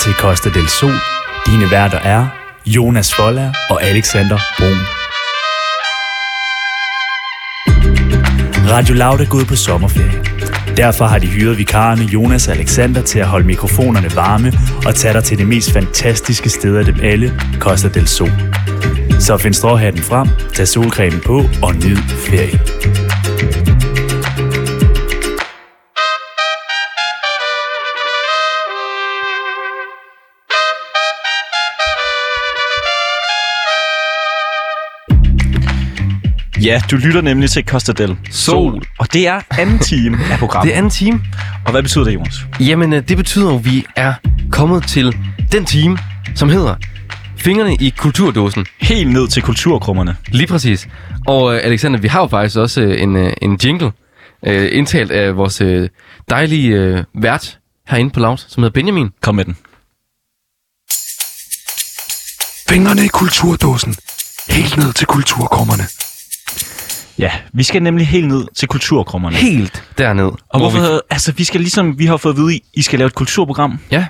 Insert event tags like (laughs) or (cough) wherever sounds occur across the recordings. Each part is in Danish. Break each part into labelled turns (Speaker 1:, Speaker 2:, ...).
Speaker 1: til Costa del Sol. Dine værter er Jonas Foller og Alexander Brun. Radio Loud er gået på sommerferie. Derfor har de hyret vikarerne Jonas og Alexander til at holde mikrofonerne varme og tage dig til det mest fantastiske sted af dem alle, Costa del Sol. Så find stråhatten frem, tag solcremen på og nyd ferien.
Speaker 2: Ja, du lytter nemlig til Costa del
Speaker 3: Sol.
Speaker 2: Og det er anden time af programmet. (laughs)
Speaker 3: Det er anden time.
Speaker 2: Og hvad betyder det, Jonas?
Speaker 3: Jamen, øh, det betyder jo, at vi er kommet til den time, som hedder Fingrene i kulturdåsen.
Speaker 2: Helt ned til kulturkrummerne.
Speaker 3: Lige præcis. Og øh, Alexander, vi har jo faktisk også øh, en, øh, en jingle, øh, indtalt af vores øh, dejlige øh, vært herinde på Loud, som hedder Benjamin.
Speaker 2: Kom med den.
Speaker 4: Fingrene i kulturdåsen. Helt ned til kulturkommerne.
Speaker 2: Ja, vi skal nemlig helt ned til kulturkrummerne.
Speaker 3: Helt derned.
Speaker 2: Og
Speaker 3: hvor
Speaker 2: hvorfor,
Speaker 3: Vi...
Speaker 2: havde, altså vi skal ligesom, vi har fået at vide, I skal lave et kulturprogram,
Speaker 3: Ja,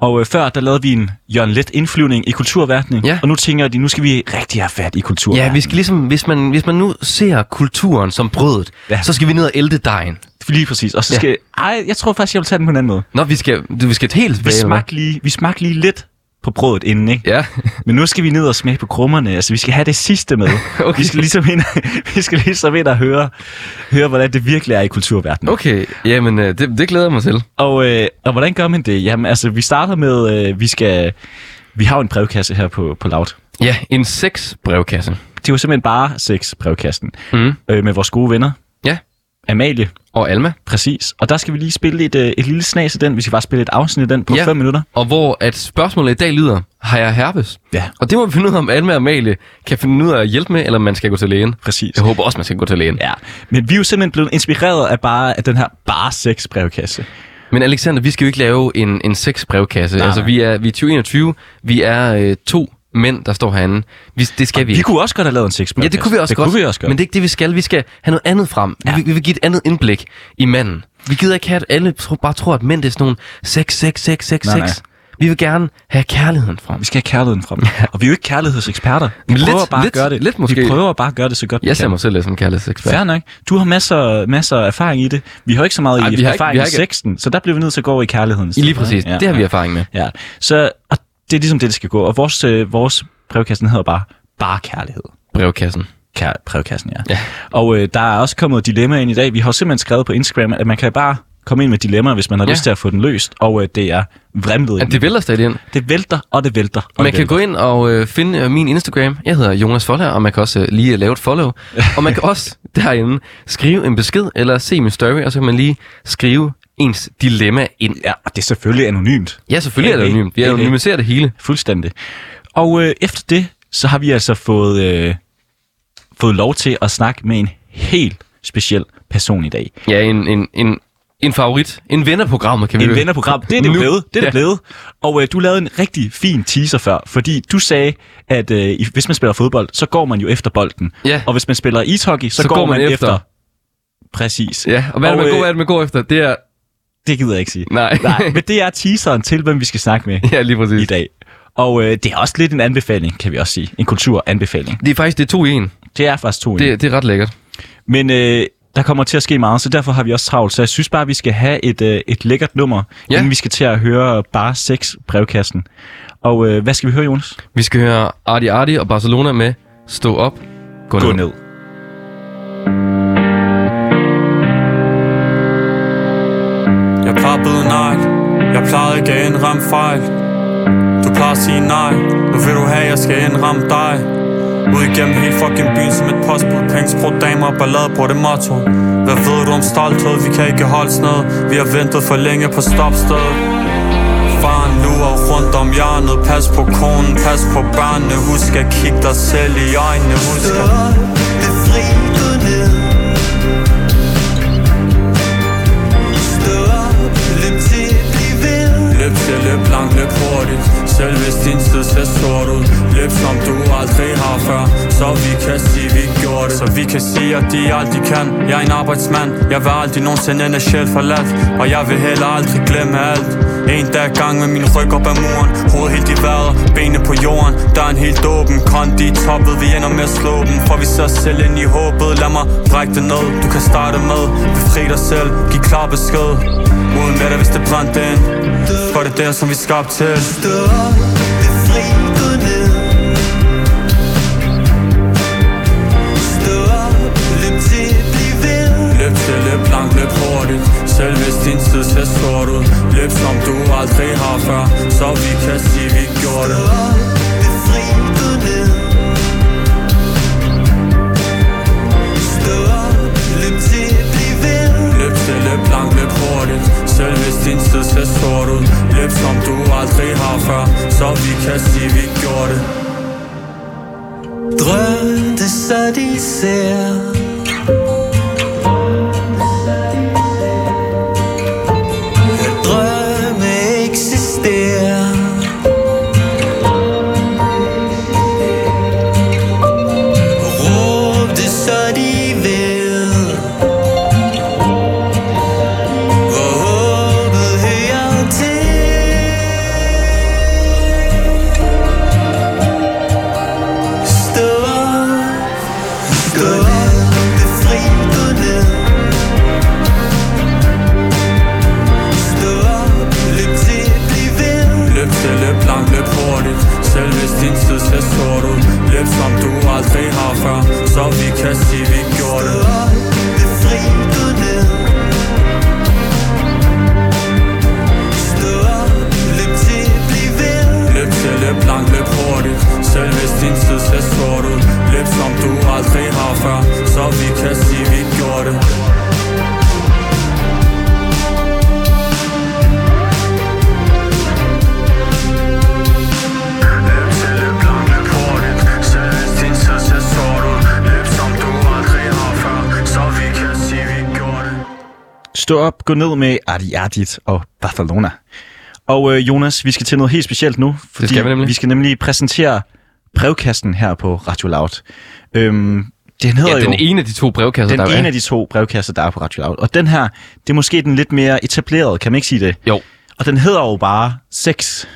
Speaker 2: og øh, før der lavede vi en Jørgen Let indflyvning i kulturverdenen,
Speaker 3: Ja.
Speaker 2: og nu tænker jeg, at nu skal vi rigtig have fat i kulturverdenen.
Speaker 3: ja, vi skal ligesom, hvis man, hvis man nu ser kulturen som brødet,
Speaker 2: Ja.
Speaker 3: ja. så skal vi ned og elde dejen.
Speaker 2: Lige præcis, og så
Speaker 3: Ja.
Speaker 2: skal, ej, jeg tror faktisk, jeg vil tage den på en anden måde.
Speaker 3: Nå, vi skal, du, vi skal helt
Speaker 2: Vi
Speaker 3: tilbage, eller hvad?
Speaker 2: smagte lige, vi smagte lige lidt på brødet inden, ikke?
Speaker 3: Ja,
Speaker 2: (laughs) Men nu skal vi ned og smage på krummerne, altså vi skal have det sidste med.
Speaker 3: (laughs) Okay.
Speaker 2: Vi skal ligesom ind, (laughs) vi skal ligesom ind og høre, høre, hvordan det virkelig er i kulturverdenen.
Speaker 3: okay. Jamen, øh, det, det glæder jeg mig til.
Speaker 2: Og, øh, og hvordan gør man det? Jamen altså, vi starter med, øh, vi skal, vi har jo en brevkasse her på, på Loud.
Speaker 3: Ja, en seks brevkasse.
Speaker 2: Det var simpelthen bare sex, brevkasten,
Speaker 3: Mm.
Speaker 2: øh, med vores gode venner.
Speaker 3: Ja.
Speaker 2: Amalie,
Speaker 3: Og Alma.
Speaker 2: præcis. Og der skal vi lige spille et, øh, et lille snas af den, hvis vi bare spiller et afsnit af den på
Speaker 3: Ja.
Speaker 2: 5 minutter.
Speaker 3: Og hvor at spørgsmålet i dag lyder, har jeg herpes?
Speaker 2: Ja.
Speaker 3: Og det må vi finde ud af, om Alma og Amalie kan finde ud af at hjælpe med, eller om man skal gå til lægen.
Speaker 2: Præcis.
Speaker 3: Jeg håber også, man skal gå til lægen.
Speaker 2: Ja, men vi er jo simpelthen blevet inspireret af bare af den her bare sex brevkasse.
Speaker 3: Men Alexander, vi skal jo ikke lave en, en sexbrevkasse.
Speaker 2: Nej,
Speaker 3: altså,
Speaker 2: nej.
Speaker 3: vi er, vi er 2021. Vi er øh, to mænd, der står herinde. Vi, det skal vi
Speaker 2: Vi
Speaker 3: ikke.
Speaker 2: kunne også godt have lavet en sex
Speaker 3: Ja, det kunne vi også
Speaker 2: det
Speaker 3: godt.
Speaker 2: Kunne vi også godt.
Speaker 3: Men det er ikke det, vi skal. Vi skal have noget andet frem. Ja. Vi, vi vil give et andet indblik i manden. Vi gider ikke have, at alle tro, bare tror, at mænd det er sådan nogle sex, sex, sex, sex,
Speaker 2: Nej, nej.
Speaker 3: sex. Vi vil gerne have kærligheden frem.
Speaker 2: Vi skal have kærligheden frem. og vi er jo ikke kærlighedseksperter. Vi
Speaker 3: Men lidt-
Speaker 2: prøver bare at
Speaker 3: lidt-
Speaker 2: gøre det.
Speaker 3: lidt måske.
Speaker 2: Vi prøver bare at gøre det så godt
Speaker 3: Jeg
Speaker 2: vi
Speaker 3: ser
Speaker 2: kan.
Speaker 3: mig selv lidt som en kærlighedsekspert.
Speaker 2: Fair nok. Du har masser, masser af erfaring i det. Vi har jo ikke så meget
Speaker 3: Ej,
Speaker 2: Ej, i
Speaker 3: vi har ikke-
Speaker 2: erfaring
Speaker 3: vi har
Speaker 2: i
Speaker 3: ikke-
Speaker 2: sexen, så der bliver vi nødt til at gå over i kærligheden.
Speaker 3: I lige præcis. Ja, det har vi erfaring med.
Speaker 2: Ja, så og det er ligesom det, det skal gå. Og vores, øh, vores brevkassen hedder bare, bare kærlighed.
Speaker 3: Brevkassen.
Speaker 2: Kær, brevkassen, ja. ja. Og øh, der er også kommet dilemmaer ind i dag. Vi har jo simpelthen skrevet på Instagram, at man kan bare komme ind med dilemmaer, hvis man har ja.
Speaker 3: Ja.
Speaker 2: lyst til at få den løst. Og øh, det er vrimlet
Speaker 3: Ja,
Speaker 2: ind.
Speaker 3: det vælter stadig ind.
Speaker 2: det vælter, og det vælter. Og
Speaker 3: Man
Speaker 2: det
Speaker 3: kan
Speaker 2: vælter.
Speaker 3: gå ind og øh, finde øh, min Instagram. Jeg hedder Jonas Foller, og man kan også øh, lige øh, lave et follow. og
Speaker 2: (laughs)
Speaker 3: man kan også derinde skrive en besked, eller se min story, og så kan man lige skrive ens dilemma ind.
Speaker 2: Ja, og det er selvfølgelig anonymt.
Speaker 3: Ja, selvfølgelig er det
Speaker 2: Hey, hey.
Speaker 3: anonymt. Vi
Speaker 2: Hey, hey.
Speaker 3: anonymiserer det hele.
Speaker 2: Fuldstændig. Og øh, efter det, så har vi altså fået, øh, fået lov til at snakke med en helt speciel person i dag.
Speaker 3: Ja, en, en, en, en favorit. En ven af programmet, kan vi
Speaker 2: En
Speaker 3: høre.
Speaker 2: ven af programmet. Det er det jo
Speaker 3: Nu.
Speaker 2: blevet. Det er det
Speaker 3: Ja.
Speaker 2: blevet. Og øh, du lavede en rigtig fin teaser før, fordi du sagde, at øh, i- hvis man spiller fodbold, så går man jo efter bolden.
Speaker 3: Ja.
Speaker 2: Og hvis man spiller ishockey, så, så går man, man efter. efter. Præcis.
Speaker 3: Ja, og hvad er det, man
Speaker 2: øh,
Speaker 3: går, hvad er det, man går efter? Det er...
Speaker 2: Det gider jeg ikke sige.
Speaker 3: Nej.
Speaker 2: Nej, men det er teaseren til, hvem vi skal snakke med
Speaker 3: ja, lige præcis.
Speaker 2: i dag. Og øh, det er også lidt en anbefaling, kan vi også sige. En kulturanbefaling.
Speaker 3: Det er faktisk det er to i en.
Speaker 2: Det er faktisk to.
Speaker 3: Det, det er ret lækkert.
Speaker 2: Men øh, der kommer til at ske meget, så derfor har vi også travlt. Så jeg synes bare, vi skal have et, øh, et lækkert nummer, ja.
Speaker 3: Ja.
Speaker 2: inden vi skal til at høre bare seks brevkassen. Og øh, hvad skal vi høre, Jonas?
Speaker 3: (laughs) Vi skal høre Arti Arti og Barcelona med Stå op, gå,
Speaker 2: Gå ned.
Speaker 5: Jeg klappede nej, jeg plejede ikke at indramme fejl Du plejer at sige nej, nu vil du have, jeg skal indramme dig Ud igennem hele fucking byen som et postbud Pengesprut, damer og ballade på det motto Hvad ved du om stolthed, vi kan ikke holde sådan noget Vi har ventet for længe på stopstedet Faren lurer rundt om hjørnet Pas på konen, pas på børnene Husk at kigge dig selv i øjnene Husk at...
Speaker 6: Befri gå ned Stå op, løb til, bliv ved
Speaker 5: Løb til, løb langt, løb hurtigt Så Selv hvis din sted ser sort ud Løb som du aldrig har før Så vi kan sige, vi gjorde det Så vi kan sige, at de aldrig kan Jeg er en arbejdsmand Jeg vil aldrig nogensinde ende sjæl forladt Og jeg vil heller aldrig glemme alt En dag gang med min ryg op ad muren Hovedet helt i vejret, benene på jorden Der er en helt åben konti i toppet Vi ender med at slå dem For vi ser os selv ind i håbet Lad mig brække det ned Du kan starte med Befri dig selv Giv klar besked Uden med dig, hvis det brændte ind For det er der, som vi er skabt til
Speaker 6: Stå op, befri, gå ned Stå op, løb til, bliv ved
Speaker 5: Løb til, løb langt, løb hurtigt Selv hvis din tid ser sort ud Løb som du aldrig har før Så vi kan sige, vi gjorde det
Speaker 6: Stå op, befri, gå ned Stå op, løb til, bliv ved
Speaker 5: Løb til, løb langt, løb hurtigt Selv hvis din tid ser sort ud Løb som du aldrig har før Så vi kan sige, vi gjorde det
Speaker 6: Drøm det så de ser At drømme eksisterer Råb det så de vil Hvor håbet hører til Stå op, stå op, befri gå ned Stå op, løb til, bliv ved
Speaker 5: Løb til, løb langt, løb hurtigt Selv hvis din tid ser sort ud Løb som du aldrig har før Så vi kan sige, vi gjorde
Speaker 6: Stå
Speaker 5: det
Speaker 6: op, befri gå ned Stå op, løb til, bliv ved
Speaker 5: Løb til, løb langt, løb hurtigt Selv hvis din tid ser sort ud Løb som du aldrig har før Så vi kan sige, vi gjorde det
Speaker 2: Stå op, gå ned med Adi Adit og Barcelona. Og øh, Jonas, vi skal til noget helt specielt nu, fordi
Speaker 3: skal vi nemlig.
Speaker 2: vi skal nemlig præsentere brevkassen her på Radio Loud. Øhm, den hedder
Speaker 3: Ja,
Speaker 2: jo
Speaker 3: den e- ene af de to brevkasser,
Speaker 2: den
Speaker 3: der
Speaker 2: ene
Speaker 3: er.
Speaker 2: af de to brevkasser, der er på Radio Loud. Og den her, det er måske den lidt mere etablerede, kan man ikke sige det?
Speaker 3: Jo,
Speaker 2: Og den hedder jo bare sex.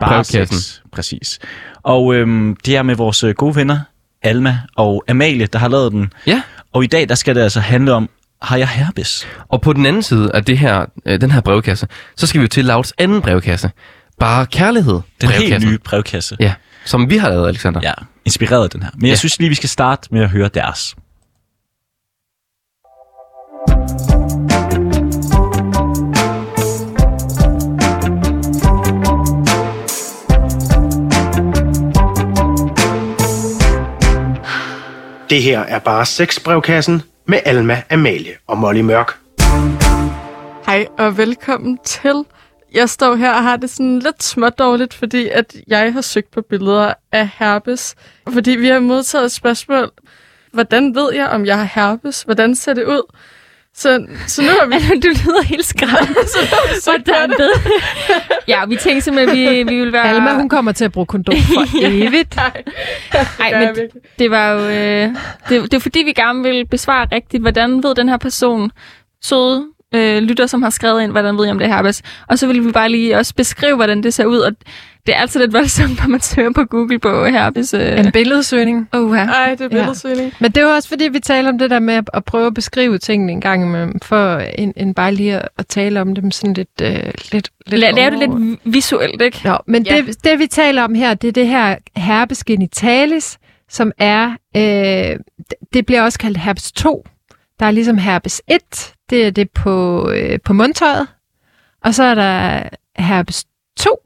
Speaker 2: Bare
Speaker 3: Brevkassen.
Speaker 2: sex, præcis. Og øhm, det er med vores øh, gode venner, Alma og Amalie, der har lavet den.
Speaker 3: ja.
Speaker 2: Og i dag, der skal det altså handle om, har jeg herpes?
Speaker 3: Og på den anden side af det her, øh, den her brevkasse, så skal vi jo til Lauts anden brevkasse. Bare kærlighed.
Speaker 2: Den
Speaker 3: brevkassen.
Speaker 2: helt nye brevkasse.
Speaker 3: Ja, som vi har lavet, Alexander.
Speaker 2: Ja, inspireret af den her. Men jeg
Speaker 3: Ja.
Speaker 2: synes lige, vi skal starte med at høre deres.
Speaker 7: Det her er bare sexbrevkassen med Alma Amalie og Molly Mørk.
Speaker 8: Hej og velkommen til. Jeg står her og har det sådan lidt småt dårligt, fordi at jeg har søgt på billeder af herpes. Fordi vi har modtaget et spørgsmål. Hvordan ved jeg, om jeg har herpes? Hvordan ser det ud? Så, så nu har
Speaker 9: (laughs)
Speaker 8: vi
Speaker 9: Altså, du lyder helt
Speaker 8: (laughs)
Speaker 9: skræmt.
Speaker 8: søgt på
Speaker 9: Hvordan
Speaker 8: det.
Speaker 9: ved? ja, vi tænkte simpelthen, at vi, vi ville være...
Speaker 10: Alma,
Speaker 9: (laughs)
Speaker 10: hun kommer til at bruge kondom for evigt.
Speaker 8: Nej,
Speaker 9: Ej,
Speaker 8: gør jeg
Speaker 9: men
Speaker 8: virkelig.
Speaker 9: det var jo... Øh, det, det er fordi, vi gerne vil besvare rigtigt, hvordan ved den her person, søde øh, lytter, som har skrevet ind, hvordan ved jeg, om det er herpes? Og så vil vi bare lige også beskrive, hvordan det ser ud, og det er altid lidt voldsomt, når man søger på Google på herpes. Øh.
Speaker 10: En billedsøgning.
Speaker 9: Oh, her.
Speaker 8: Ej, det er billedsøgning.
Speaker 10: Men det er jo også, fordi vi taler om det der med at- at prøve at beskrive tingene en gang imellem, for en, en bare lige at, at tale om dem sådan lidt... Øh, lidt, lidt
Speaker 9: La- Lave det
Speaker 10: over-
Speaker 9: lidt visuelt, ikke?
Speaker 10: Nå, men
Speaker 8: Ja.
Speaker 10: ja. det, det vi taler om her, det er det her herpes genitalis, som er, øh, det bliver også kaldt herpes 2. Der er ligesom herpes 1, det er det på, øh, på mundtøjet. Og så er der herpes 2,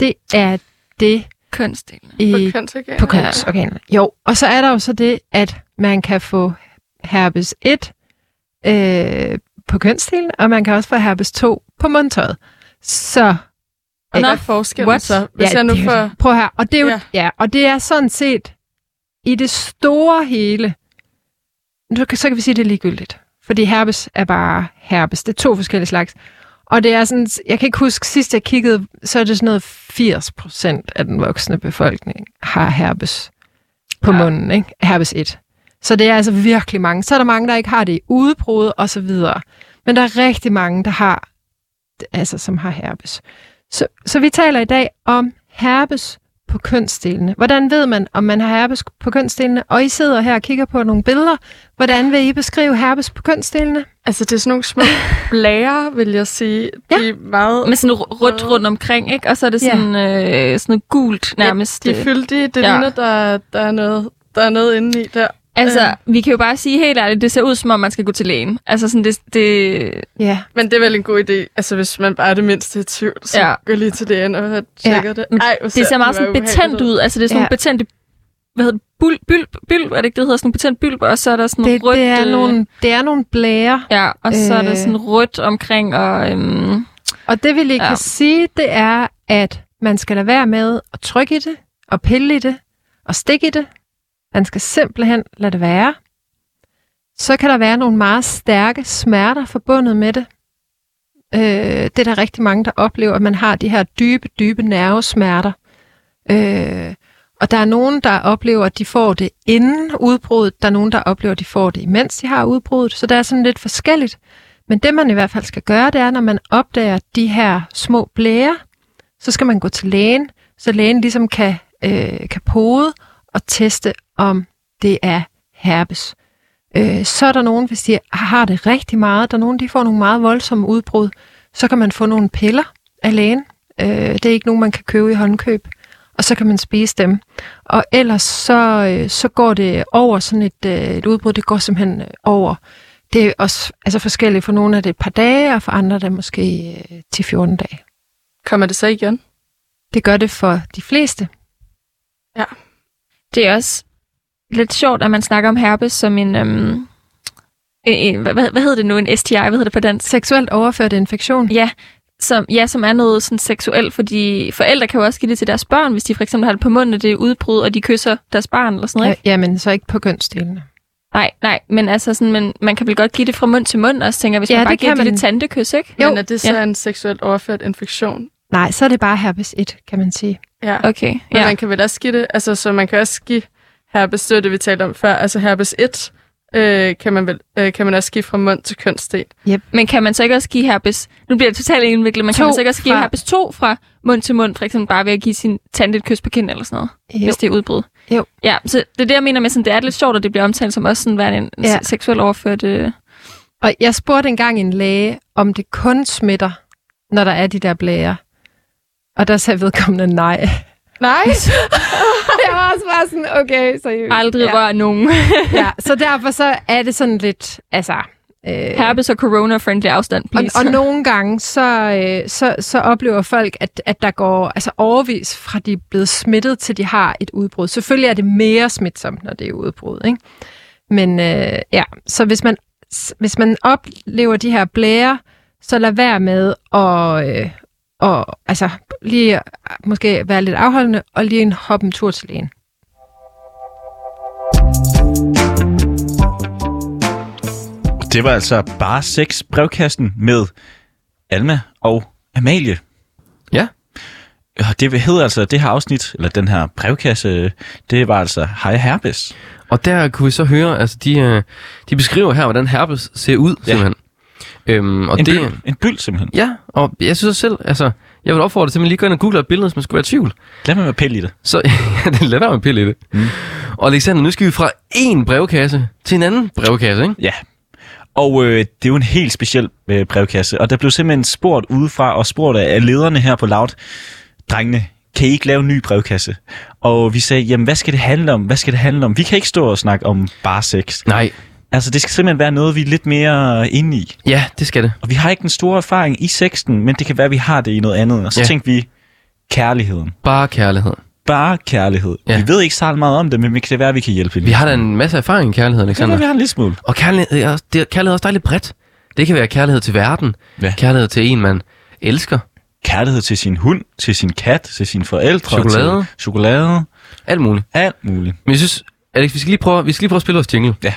Speaker 10: det er det
Speaker 9: Kønsdelen.
Speaker 10: i,
Speaker 8: På kønsorganer.
Speaker 10: på kønsorganerne. Jo, og så er der jo så det, at man kan få herpes 1 øh, på kønsdelen, og man kan også få herpes 2 på mundtøjet. Så
Speaker 8: Og
Speaker 10: Nå,
Speaker 8: hvad er forskellen
Speaker 10: what?
Speaker 8: så? Hvis ja, jeg nu
Speaker 10: det er jo-
Speaker 8: får...
Speaker 10: Prøv her, og det er jo,
Speaker 8: Ja.
Speaker 10: ja. ja, og det er sådan set i det store hele, nu kan, så kan vi sige, at det er ligegyldigt. Fordi herpes er bare herpes. Det er to forskellige slags. Og det er sådan, jeg kan ikke huske, sidst jeg kiggede, så er det sådan noget 80 procent af den voksne befolkning har herpes på ja. munden, ikke? Herpes 1. Så det er altså virkelig mange. Så er der mange, der ikke har det i udbrud og så videre. Men der er rigtig mange, der har, altså som har herpes. Så, så vi taler i dag om herpes på kønsdelene. Hvordan ved man, om man har herpes på kønsdelene? Og I sidder her og kigger på nogle billeder. Hvordan vil I beskrive herpes på kønsdelene?
Speaker 8: Altså, det er sådan nogle små blærer, vil jeg sige. Ja. De er meget...
Speaker 9: Med sådan ru- rødt rundt omkring, ikke? Og så er det
Speaker 8: Ja.
Speaker 9: sådan, ja. øh, sådan noget gult nærmest.
Speaker 8: De er
Speaker 9: øh.
Speaker 8: fyldige. Det
Speaker 9: Ja.
Speaker 8: ja. ligner, der, der, er noget, der er noget inde i der. Øh.
Speaker 9: Altså, vi kan jo bare sige helt ærligt, det ser ud som om, man skal gå til lægen. Altså sådan, det... det
Speaker 10: Ja.
Speaker 8: Men det er vel en god idé. Altså, hvis man bare er det mindste i tvivl, så
Speaker 9: Ja.
Speaker 8: ja. gå lige til lægen og tjekker ja. det.
Speaker 9: Men
Speaker 8: Ej, hvor
Speaker 9: det ser meget
Speaker 8: den
Speaker 9: sådan
Speaker 8: bare
Speaker 9: betændt
Speaker 8: ubehagelig
Speaker 9: ud. Altså, det er sådan
Speaker 10: Ja.
Speaker 9: nogle betændte... Hvad hedder det? Bul, bylb, bylb, er det ikke det, det hedder? Sådan nogle betændt bylb, og så er der sådan
Speaker 10: Det,
Speaker 9: rødt...
Speaker 10: det, er,
Speaker 9: øh,
Speaker 10: nogle, det er nogle blære,
Speaker 9: Ja, og så er der
Speaker 10: Øh.
Speaker 9: sådan rødt omkring, og... Øhm,
Speaker 10: Og det vil I kan
Speaker 9: Ja.
Speaker 10: sige, det er, at man skal lade være med at trykke i det, og pille i det, og stikke i det. Man skal simpelthen lade det være. Så kan der være nogle meget stærke smerter forbundet med det. Øh, det er der rigtig mange, der oplever, at man har de her dybe, dybe nervesmerter. Øh, og der er nogen, der oplever, at de får det inden udbruddet. Der er nogen, der oplever, at de får det, imens de har udbruddet. Så det er sådan lidt forskelligt. Men det, man i hvert fald skal gøre, det er, når man opdager de her små blære, så skal man gå til lægen, så lægen ligesom kan, øh, kan pode og teste, om det er herpes. Øh, så er der nogen, hvis de har det rigtig meget, der er nogen, de får nogle meget voldsomme udbrud, så kan man få nogle piller af lægen. Øh, det er ikke nogen, man kan købe i håndkøb. Og så kan man spise dem. Og ellers så, øh, så går det over sådan et, øh, et udbrud, det går simpelthen øh, over. Det er også altså forskelligt. For nogle er det et par dage, og for andre er det måske øh, til 14 dage.
Speaker 8: ud. Kommer det så igen?
Speaker 10: Det gør det for de fleste.
Speaker 9: det er også lidt sjovt, at man snakker om herpes som en... Øhm, en, en hvad, hvad hedder det nu? En STI? Hvad hedder det på dansk?
Speaker 10: Seksuelt overført infektion.
Speaker 9: Ja, som, ja, som er noget sådan seksuelt, fordi forældre kan jo også give det til deres børn, hvis de for eksempel har det på munden, og det er udbrud, og de kysser deres barn eller sådan noget.
Speaker 10: Ja,
Speaker 9: Ikke?
Speaker 10: ja, men så ikke på kønsdelene.
Speaker 9: Nej, nej, men altså sådan, men man kan vel godt give det fra mund til mund også, tænker jeg, hvis
Speaker 10: Ja,
Speaker 9: man bare
Speaker 10: det
Speaker 9: giver
Speaker 10: kan
Speaker 9: det
Speaker 10: man.
Speaker 9: lille tantekys, ikke?
Speaker 8: Jo. Men er det så ja. en seksuelt overført infektion?
Speaker 10: Nej, så er det bare herpes 1, kan man sige.
Speaker 8: Ja.
Speaker 9: Okay,
Speaker 8: Men
Speaker 9: ja.
Speaker 8: man kan vel også give det, altså så man kan også give herpes, det var det vi talte om før, altså herpes 1, øh, kan, man vel, øh, kan man også give fra mund til kønsdel.
Speaker 9: Men kan man så ikke også give herpes... Nu bliver det totalt indviklet, men kan
Speaker 10: To
Speaker 9: man så ikke også give
Speaker 10: fra-
Speaker 9: herpes 2 fra mund til mund, for eksempel bare ved at give sin tante et kys på kinden eller sådan noget,
Speaker 10: Jo.
Speaker 9: hvis det er udbrud?
Speaker 10: Jo.
Speaker 9: Ja, så det er det, jeg mener med, sådan, det er lidt sjovt, at det bliver omtalt som også sådan værende en
Speaker 10: Ja.
Speaker 9: ja. seksuel overført... Øh,
Speaker 10: Og jeg spurgte engang en læge, om det kun smitter, når der er de der blære. Og der sagde vedkommende nej.
Speaker 8: Nej,
Speaker 9: (laughs)
Speaker 10: Jeg var også bare sådan, okay, seriøst.
Speaker 9: aldrig ja.
Speaker 10: ja.
Speaker 9: rør nogen.
Speaker 10: ja, så derfor så er det sådan lidt, altså... Øh,
Speaker 9: herpes og corona-friendly afstand,
Speaker 10: Og,
Speaker 9: please.
Speaker 10: og nogle gange, så, øh, så, så oplever folk, at, at der går altså overvis fra de er blevet smittet, til de har et udbrud. Selvfølgelig er det mere smitsomt, når det er udbrud. Ikke? Men øh, ja, så hvis man, s- hvis man oplever de her blære, så lad være med at... Øh, og altså lige måske være lidt afholdende, og lige en hop en tur til lægen.
Speaker 2: Det var altså bare seks brevkassen med Alma og Amalie.
Speaker 3: Ja.
Speaker 2: Og Det hedder altså, det her afsnit, eller den her brevkasse, det var altså Hej Herpes.
Speaker 3: Og der kunne vi så høre, altså de, øh, de beskriver her, hvordan herpes ser ud,
Speaker 2: Ja.
Speaker 3: simpelthen. Øhm, og
Speaker 2: en,
Speaker 3: det,
Speaker 2: byld, en byld simpelthen.
Speaker 3: Ja, og jeg synes også selv, altså, jeg vil opfordre til, at man lige går ind og googler et billede, hvis man skulle være i tvivl.
Speaker 2: Lad mig med pille i det.
Speaker 3: Så (laughs) ja, det er lettere med pille i det. Mm. Og Alexander, nu skal vi fra en brevkasse til en anden brevkasse, ikke?
Speaker 2: Ja. Og øh, det er jo en helt speciel øh, brevkasse, og der blev simpelthen spurgt udefra, og spurgt af lederne her på Loud, drengene, kan I ikke lave en ny brevkasse? Og vi sagde, jamen hvad skal det handle om? Hvad skal det handle om? Vi kan ikke stå og snakke om bare sex.
Speaker 3: Nej,
Speaker 2: Altså det skal simpelthen være noget, vi er lidt mere øh, inde i.
Speaker 3: ja, det skal det.
Speaker 2: Og vi har ikke den store erfaring i sexen, men det kan være, at vi har det i noget andet. Og så
Speaker 3: Ja.
Speaker 2: ja. tænkte vi, kærligheden.
Speaker 3: Bare kærlighed.
Speaker 2: Bare kærlighed.
Speaker 3: Ja.
Speaker 2: Ja. Vi ved ikke så meget om det, men det kan være, at vi kan hjælpe
Speaker 3: Vi har da en masse erfaring i kærlighed,
Speaker 2: kan
Speaker 3: Alexander.
Speaker 2: være, vi har en lille smule.
Speaker 3: Og kærlighed er, også- det, er- kærlighed er også dejligt bredt. Det kan være kærlighed til verden,
Speaker 2: Ja.
Speaker 3: kærlighed til en, man elsker,
Speaker 2: Kærlighed til sin hund, til sin kat, til sine forældre.
Speaker 3: Chokolade.
Speaker 2: Til chokolade.
Speaker 3: alt muligt.
Speaker 2: Alt muligt.
Speaker 3: Men jeg synes, Alex, vi skal lige prøve, vi skal lige prøve at spille vores jingle.
Speaker 2: Ja.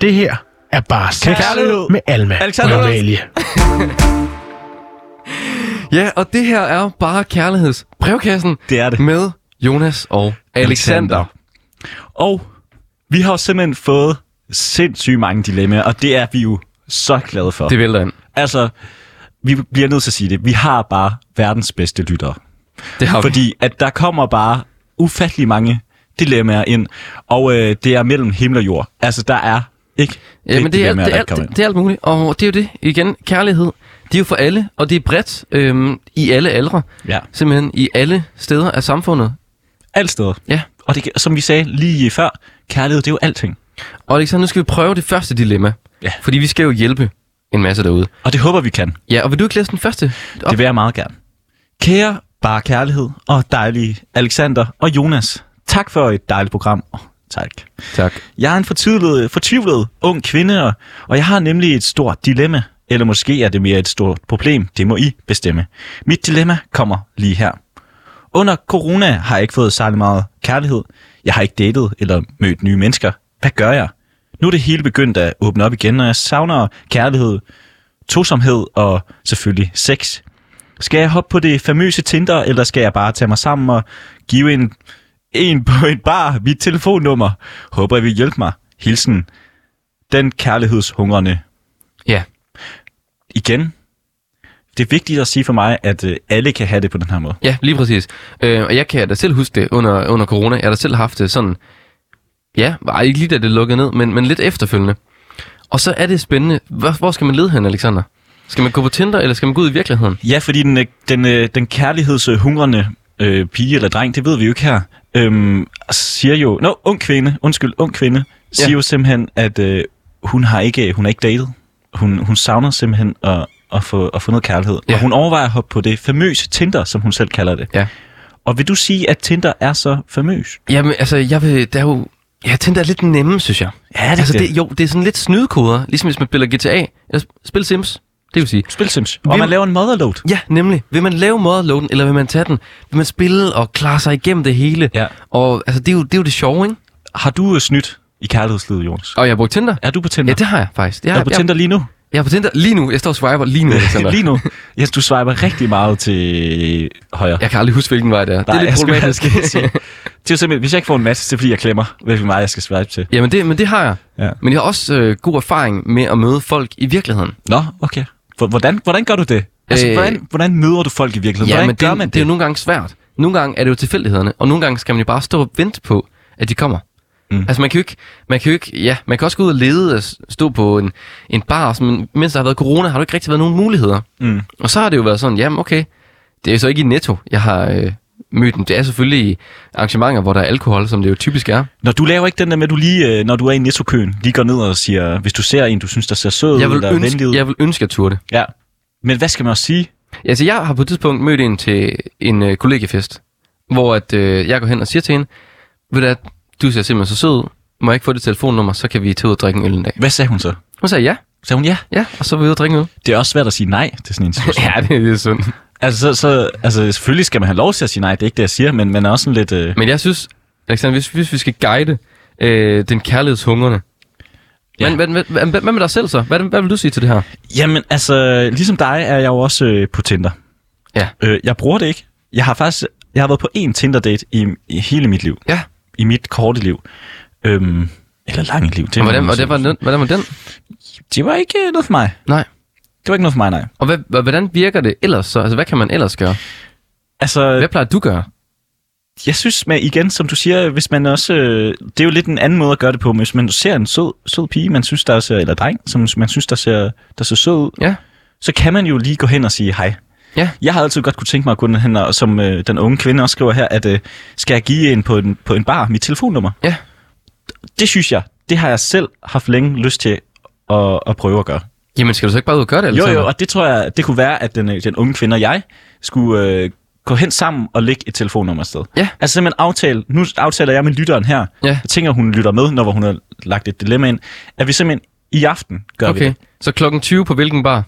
Speaker 7: Det her er bare sex
Speaker 3: Kærlighed.
Speaker 7: med Alma
Speaker 3: Alexander
Speaker 7: og
Speaker 3: Lund.
Speaker 7: Amalie.
Speaker 3: (laughs) Ja, og det her er bare kærlighedsbrevkassen.
Speaker 2: Det er det.
Speaker 3: Med Jonas og Alexander.
Speaker 2: Og vi har jo simpelthen fået sindssygt mange dilemmaer, og det er vi jo så glade for.
Speaker 3: Det vælter ind.
Speaker 2: Altså, vi bliver nødt til at sige det. Vi har bare verdens bedste lyttere.
Speaker 3: Det har vi.
Speaker 2: Fordi at der kommer bare ufattelig mange dilemmaer ind, og øh, det er mellem himmel og jord. Altså, der er ikke
Speaker 3: Ja, men det er,
Speaker 2: dilemmaer,
Speaker 3: det,
Speaker 2: der
Speaker 3: er,
Speaker 2: ikke kommer ind.
Speaker 3: det, det er alt muligt, og det er jo det. Igen, kærlighed, det er jo for alle, og det er bredt øhm, i alle aldre.
Speaker 2: Ja.
Speaker 3: Simpelthen i alle steder af samfundet.
Speaker 2: Alle steder.
Speaker 3: Ja.
Speaker 2: Og det, kan- som vi sagde lige før, kærlighed, det er jo alting.
Speaker 3: Og Alexander, nu skal vi prøve det første dilemma.
Speaker 2: Ja.
Speaker 3: Fordi vi skal jo hjælpe en masse derude.
Speaker 2: Og det håber vi kan.
Speaker 3: Ja, og vil du ikke læse den første? Op?
Speaker 2: Det vil jeg meget gerne. Kære bare kærlighed og dejlige Alexander og Jonas, tak for et dejligt program. Oh, tak.
Speaker 3: Tak.
Speaker 2: Jeg er en fortvivlet, fortvivlet ung kvinde, og, og jeg har nemlig et stort dilemma. Eller måske er det mere et stort problem. Det må I bestemme. Mit dilemma kommer lige her. Under corona har jeg ikke fået særlig meget kærlighed. Jeg har ikke datet eller mødt nye mennesker. Hvad gør jeg? Nu er det hele begyndt at åbne op igen, og jeg savner kærlighed, tosomhed og selvfølgelig sex. Skal jeg hoppe på det famøse Tinder, eller skal jeg bare tage mig sammen og give en, en på en bar mit telefonnummer? Håber, I vil hjælpe mig. Hilsen. Den kærlighedshungrende.
Speaker 3: Ja.
Speaker 2: Igen. Det er vigtigt at sige for mig, at øh, alle kan have det på den her måde.
Speaker 3: Ja, lige præcis. Øh, og jeg kan da selv huske det under, under corona. Jeg har da selv haft det sådan, ja, var ikke lige da det lukkede ned, men, men lidt efterfølgende. Og så er det spændende. Hvor, hvor skal man lede hen, Alexander? Skal man gå på Tinder, eller skal man gå ud i virkeligheden?
Speaker 2: Ja, fordi den, øh, den, øh, den kærlighedshungrende øh, pige eller dreng, det ved vi jo ikke her, øhm, siger jo... Nå, ung kvinde, undskyld, ung kvinde, siger
Speaker 3: Ja.
Speaker 2: ja. jo simpelthen, at øh, hun har ikke øh, hun har ikke datet. Hun, hun savner simpelthen at, at, få, at få noget kærlighed. Ja.
Speaker 3: Ja.
Speaker 2: Og hun overvejer at hoppe på det famøse Tinder, som hun selv kalder det.
Speaker 3: Ja.
Speaker 2: Og vil du sige, at Tinder er så famøs?
Speaker 3: Jamen, altså, jeg vil, der er jo... Ja, Tinder er lidt nemme, synes jeg.
Speaker 2: Ja, det
Speaker 3: altså, det, jo, det er sådan lidt snydekoder, ligesom hvis man spiller GTA. Eller sp- spil Sims, det vil sige.
Speaker 2: Spil Sims. Og
Speaker 3: Vil-
Speaker 2: man laver en motherload.
Speaker 3: Ja, nemlig. Vil man lave motherloaden, eller vil man tage den? Vil man spille og klare sig igennem det hele?
Speaker 2: Ja.
Speaker 3: Og altså, det er jo det, er jo det sjove, ikke?
Speaker 2: Har du øh, snydt i kærlighedslivet, Jonas?
Speaker 3: Og jeg har brugt Tinder.
Speaker 2: Er du på Tinder?
Speaker 3: Ja, det har jeg faktisk. Jeg,
Speaker 2: er du på
Speaker 3: jeg,
Speaker 2: Tinder lige nu?
Speaker 3: Jeg er på Tinder lige nu. Jeg står og swiper
Speaker 2: (laughs)
Speaker 3: lige nu, Alexander.
Speaker 2: lige nu. Yes, du swiper rigtig meget til højre.
Speaker 3: Jeg kan aldrig huske, hvilken vej det er. det er lidt
Speaker 2: jeg skulle-
Speaker 3: problematisk.
Speaker 2: jeg skulle sige. det er jo simpelthen, hvis jeg ikke får en match, så er det fordi, jeg klemmer, hvilken vej jeg skal swipe til.
Speaker 3: Jamen, det, men det har jeg.
Speaker 2: Ja.
Speaker 3: Men jeg har også øh, god erfaring med at møde folk i virkeligheden.
Speaker 2: Nå, okay. Hvor- Hvordan, hvordan gør du det? Altså,
Speaker 3: Øh,
Speaker 2: øh, hvordan, hvordan møder du folk i virkeligheden? hvordan
Speaker 3: men det,
Speaker 2: gør
Speaker 3: er-
Speaker 2: man
Speaker 3: det er jo nogle gange svært. Nogle gange er det jo tilfældighederne, og nogle gange skal man jo bare stå og vente på, at de kommer. Mm. Altså man kan jo ikke, man kan jo ikke, ja, man kan også gå ud og lede og s- stå på en, en bar, som, mens der har været corona, har der ikke rigtig været nogen muligheder.
Speaker 2: Mm.
Speaker 3: Og så har det jo været sådan, jamen okay, det er jo så ikke i Netto, jeg har øh, mødt dem. Det er selvfølgelig i arrangementer, hvor der er alkohol, som det jo typisk er.
Speaker 2: Når du laver ikke den der med, at du lige, øh, når du er i nettokøen, lige går ned og siger, hvis du ser en, du synes, der ser sød
Speaker 3: Jeg
Speaker 2: ud,
Speaker 3: vil,
Speaker 2: eller venlig
Speaker 3: ønske,
Speaker 2: ud.
Speaker 3: jeg vil ønske at turde.
Speaker 2: Ja. Men hvad skal man også sige?
Speaker 3: Altså, jeg har på et tidspunkt mødt en til en øh, kollegiefest, hvor at, øh, jeg går hen og siger til hende, ved du, hvad, du ser simpelthen så sød ud. Må jeg ikke få dit telefonnummer, så kan vi tage ud og drikke en øl en dag.
Speaker 2: Hvad sagde hun så?
Speaker 3: Hun sagde ja,
Speaker 2: Sagde hun ja?
Speaker 3: ja, og så var vi ude og drikke en øl.
Speaker 2: Det er også svært at sige nej til
Speaker 3: (laughs)
Speaker 2: sådan en situation.
Speaker 3: ja, det, det er sundt.
Speaker 2: altså, så, så, altså, selvfølgelig skal man have lov til at sige nej, det er ikke det, jeg siger, men man er også sådan lidt... Øh,
Speaker 3: Men jeg synes, Alexander, hvis, hvis vi skal guide øh, den kærlighedshungrende,
Speaker 2: Ja.
Speaker 3: ja. men, hvad, hvad, hvad, hvad, med dig selv så? Hvad, hvad vil du sige til det her?
Speaker 2: Jamen, altså, ligesom dig er jeg jo også øh, på Tinder.
Speaker 3: Ja.
Speaker 2: Øh, jeg bruger det ikke. Jeg har faktisk jeg har været på én Tinder-date i, i hele mit liv.
Speaker 3: Ja.
Speaker 2: I mit korte liv. Øhm, eller lange liv. Det må
Speaker 3: Og hvordan,
Speaker 2: man
Speaker 3: og
Speaker 2: sige.
Speaker 3: det var den, hvordan var den?
Speaker 2: det var ikke øh, noget for mig.
Speaker 3: Nej.
Speaker 2: Det var ikke noget for mig, nej.
Speaker 3: Og hvad, og hvordan virker det ellers så? Altså, hvad kan man ellers gøre?
Speaker 2: Altså,
Speaker 3: Hvad plejer du at gøre?
Speaker 2: jeg synes med, igen, som du siger, hvis man også... Øh, det er jo lidt en anden måde at gøre det på, men hvis man ser en sød, sød pige, man synes, der ser, eller dreng, som man synes, der ser, der ser sød ud,
Speaker 3: Ja.
Speaker 2: så kan man jo lige gå hen og sige hej.
Speaker 3: Ja.
Speaker 2: Jeg har altid godt kunne tænke mig at gå hen, og som øh, den unge kvinde også skriver her, at øh, skal jeg give en på, en på en bar mit telefonnummer?
Speaker 3: Ja.
Speaker 2: Det synes jeg, det har jeg selv haft længe lyst til at, at prøve at gøre.
Speaker 3: Jamen, skal du så ikke bare ud og gøre det,
Speaker 2: Jo,
Speaker 3: Alexander?
Speaker 2: jo, og det tror jeg, det kunne være, at den, øh, den unge kvinde og jeg skulle øh, gå hen sammen og lægge et telefonnummer afsted.
Speaker 3: Ja.
Speaker 2: Altså simpelthen aftale, nu aftaler jeg med lytteren her,
Speaker 3: Ja.
Speaker 2: jeg tænker, hun lytter med, når hun har lagt et dilemma ind, at vi simpelthen i aften gør vi
Speaker 3: Okay,
Speaker 2: det.
Speaker 3: så klokken 20 på hvilken bar?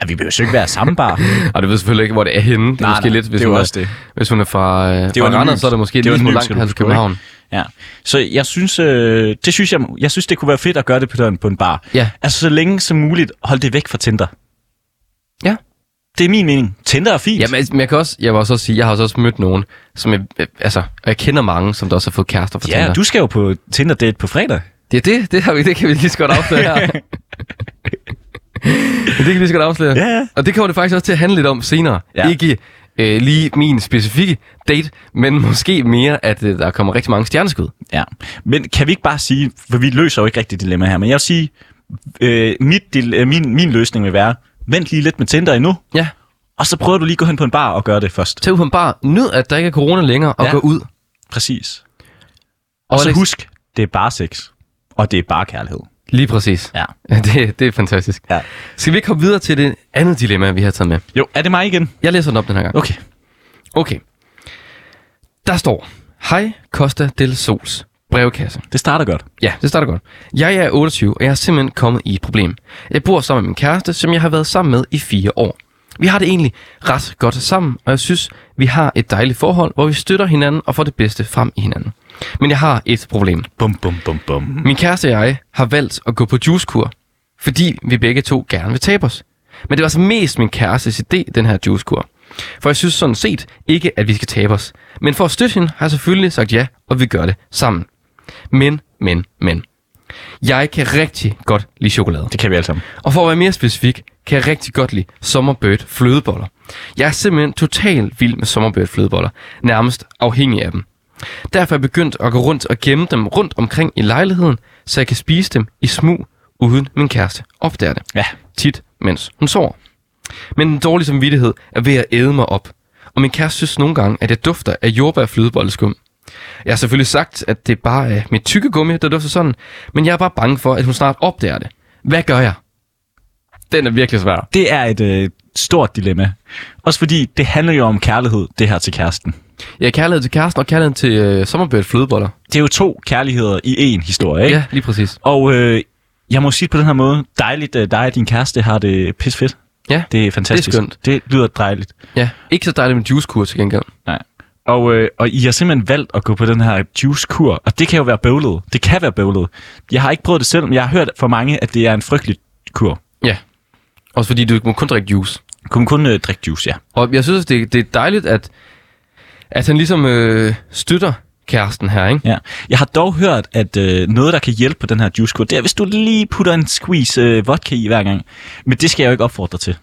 Speaker 2: At vi behøver jo ikke være samme
Speaker 3: (laughs)
Speaker 2: bar.
Speaker 3: Og du ved selvfølgelig ikke, hvor det er henne. Det er
Speaker 2: Nej,
Speaker 3: måske
Speaker 2: nej,
Speaker 3: lidt, hvis
Speaker 2: det er jo
Speaker 3: hun
Speaker 2: også
Speaker 3: er,
Speaker 2: det.
Speaker 3: Hvis hun er fra, øh,
Speaker 2: jo
Speaker 3: fra
Speaker 2: anonymt.
Speaker 3: Randers, så er det måske
Speaker 2: Det er jo
Speaker 3: lidt smule
Speaker 2: anonymt,
Speaker 3: langt
Speaker 2: skal du
Speaker 3: her til
Speaker 2: huske på,
Speaker 3: København.
Speaker 2: Ja. Så jeg synes, øh, det synes jeg, jeg synes, det kunne være fedt at gøre det på en, på en bar.
Speaker 3: Ja.
Speaker 2: Altså så længe som muligt, hold det væk fra Tinder.
Speaker 3: Ja.
Speaker 2: Det er min mening. Tinder er fint.
Speaker 3: Jamen, altså, men jeg, kan også, jeg vil også også sige, jeg har også- også mødt nogen, som jeg, øh, altså, og jeg kender mange, som der også har fået kærester fra
Speaker 2: Ja,
Speaker 3: Tinder.
Speaker 2: du skal jo på Tinder-date på fredag.
Speaker 3: Det er det, det, har vi, det kan vi lige så godt
Speaker 2: (laughs)
Speaker 3: afsløre her. Men det kan vi lige så godt afsløre.
Speaker 2: Ja.
Speaker 3: Og det kommer det faktisk også til at handle lidt om senere.
Speaker 2: Ja.
Speaker 3: Ikke øh, lige min specifikke date, men måske mere, at øh, der kommer rigtig mange stjerneskud.
Speaker 2: Ja. Men kan vi ikke bare sige, for vi løser jo ikke rigtig dilemma her, men jeg vil sige, øh, mit, dil- øh, min, min løsning vil være, vent lige lidt med Tinder endnu,
Speaker 3: Ja.
Speaker 2: og så prøver du lige at gå hen på en bar og gøre det først.
Speaker 3: Tag ud på en bar, nyd at der ikke er corona længere, og
Speaker 2: Ja.
Speaker 3: ja. gå ud.
Speaker 2: Præcis. Og så
Speaker 3: Alex-
Speaker 2: husk, det er bare sex, og det er bare kærlighed.
Speaker 3: Lige præcis.
Speaker 2: Ja.
Speaker 3: (laughs) Det, det er fantastisk.
Speaker 2: Ja.
Speaker 3: Skal vi ikke komme videre til det andet dilemma, vi har taget med?
Speaker 2: Jo, er det mig igen?
Speaker 3: Jeg læser den op den her gang.
Speaker 2: Okay.
Speaker 3: Okay. Der står, Hej Costa del Sols brevkasse.
Speaker 2: Det starter godt.
Speaker 3: Ja, det starter godt. Jeg er 28, og jeg er simpelthen kommet i et problem. Jeg bor sammen med min kæreste, som jeg har været sammen med i fire år. Vi har det egentlig ret godt sammen, og jeg synes, vi har et dejligt forhold, hvor vi støtter hinanden og får det bedste frem i hinanden. Men jeg har et problem.
Speaker 2: Bum, bum, bum, bum.
Speaker 3: Min kæreste og jeg har valgt at gå på juicekur, fordi vi begge to gerne vil tabe os. Men det var altså mest min kærestes idé, den her juicekur. For jeg synes sådan set ikke, at vi skal tabe os. Men for at støtte hende, har jeg selvfølgelig sagt ja, og vi gør det sammen. Men, men, men. Jeg kan rigtig godt lide chokolade.
Speaker 2: Det kan vi alle sammen.
Speaker 3: Og for at være mere specifik, kan jeg rigtig godt lide Sommerbird flødeboller. Jeg er simpelthen totalt vild med Sommerbird flødeboller, nærmest afhængig af dem. Derfor er jeg begyndt at gå rundt og gemme dem rundt omkring i lejligheden, så jeg kan spise dem i smug, uden min kæreste opdager det.
Speaker 2: Ja.
Speaker 3: Tit, mens hun sover. Men den dårlige samvittighed er ved at æde mig op. Og min kæreste synes nogle gange, at jeg dufter af jordbær og flødebolleskum. Jeg har selvfølgelig sagt, at det bare er mit tykkegummi, der dufter sådan, men jeg er bare bange for, at hun snart opdager det. Hvad gør jeg? Den er virkelig svær.
Speaker 2: Det er et øh, stort dilemma. Også fordi det handler jo om kærlighed, det her til kæresten.
Speaker 3: Ja, kærlighed til kæresten og kærlighed til øh, sommerbødt flødeboller.
Speaker 2: Det er jo to kærligheder i én historie, ikke?
Speaker 3: Ja, lige præcis.
Speaker 2: Og øh, jeg må sige det på den her måde, dejligt, at dig og din kæreste har det pis fedt.
Speaker 3: Ja,
Speaker 2: Det er fantastisk.
Speaker 3: skønt.
Speaker 2: Det lyder dejligt.
Speaker 3: ja. Ikke så dejligt med juicekur til gengæld.
Speaker 2: Nej. Og, øh, og I har simpelthen valgt at gå på den her juicekur, og det kan jo være bøvlet. Det kan være bøvlet. Jeg har ikke prøvet det selv, men jeg har hørt fra mange, at det er en frygtelig kur.
Speaker 3: Ja. Også fordi du må kun drikke juice.
Speaker 2: Kun kun øh, drikke juice, ja.
Speaker 3: Og jeg synes, det, det er dejligt, at, at han ligesom øh, støtter kæresten her, ikke?
Speaker 2: Ja. Jeg har dog hørt, at øh, noget, der kan hjælpe på den her juicekur, det er, hvis du lige putter en squeeze øh, vodka i hver gang. Men det skal jeg jo ikke opfordre
Speaker 3: (laughs)
Speaker 2: til,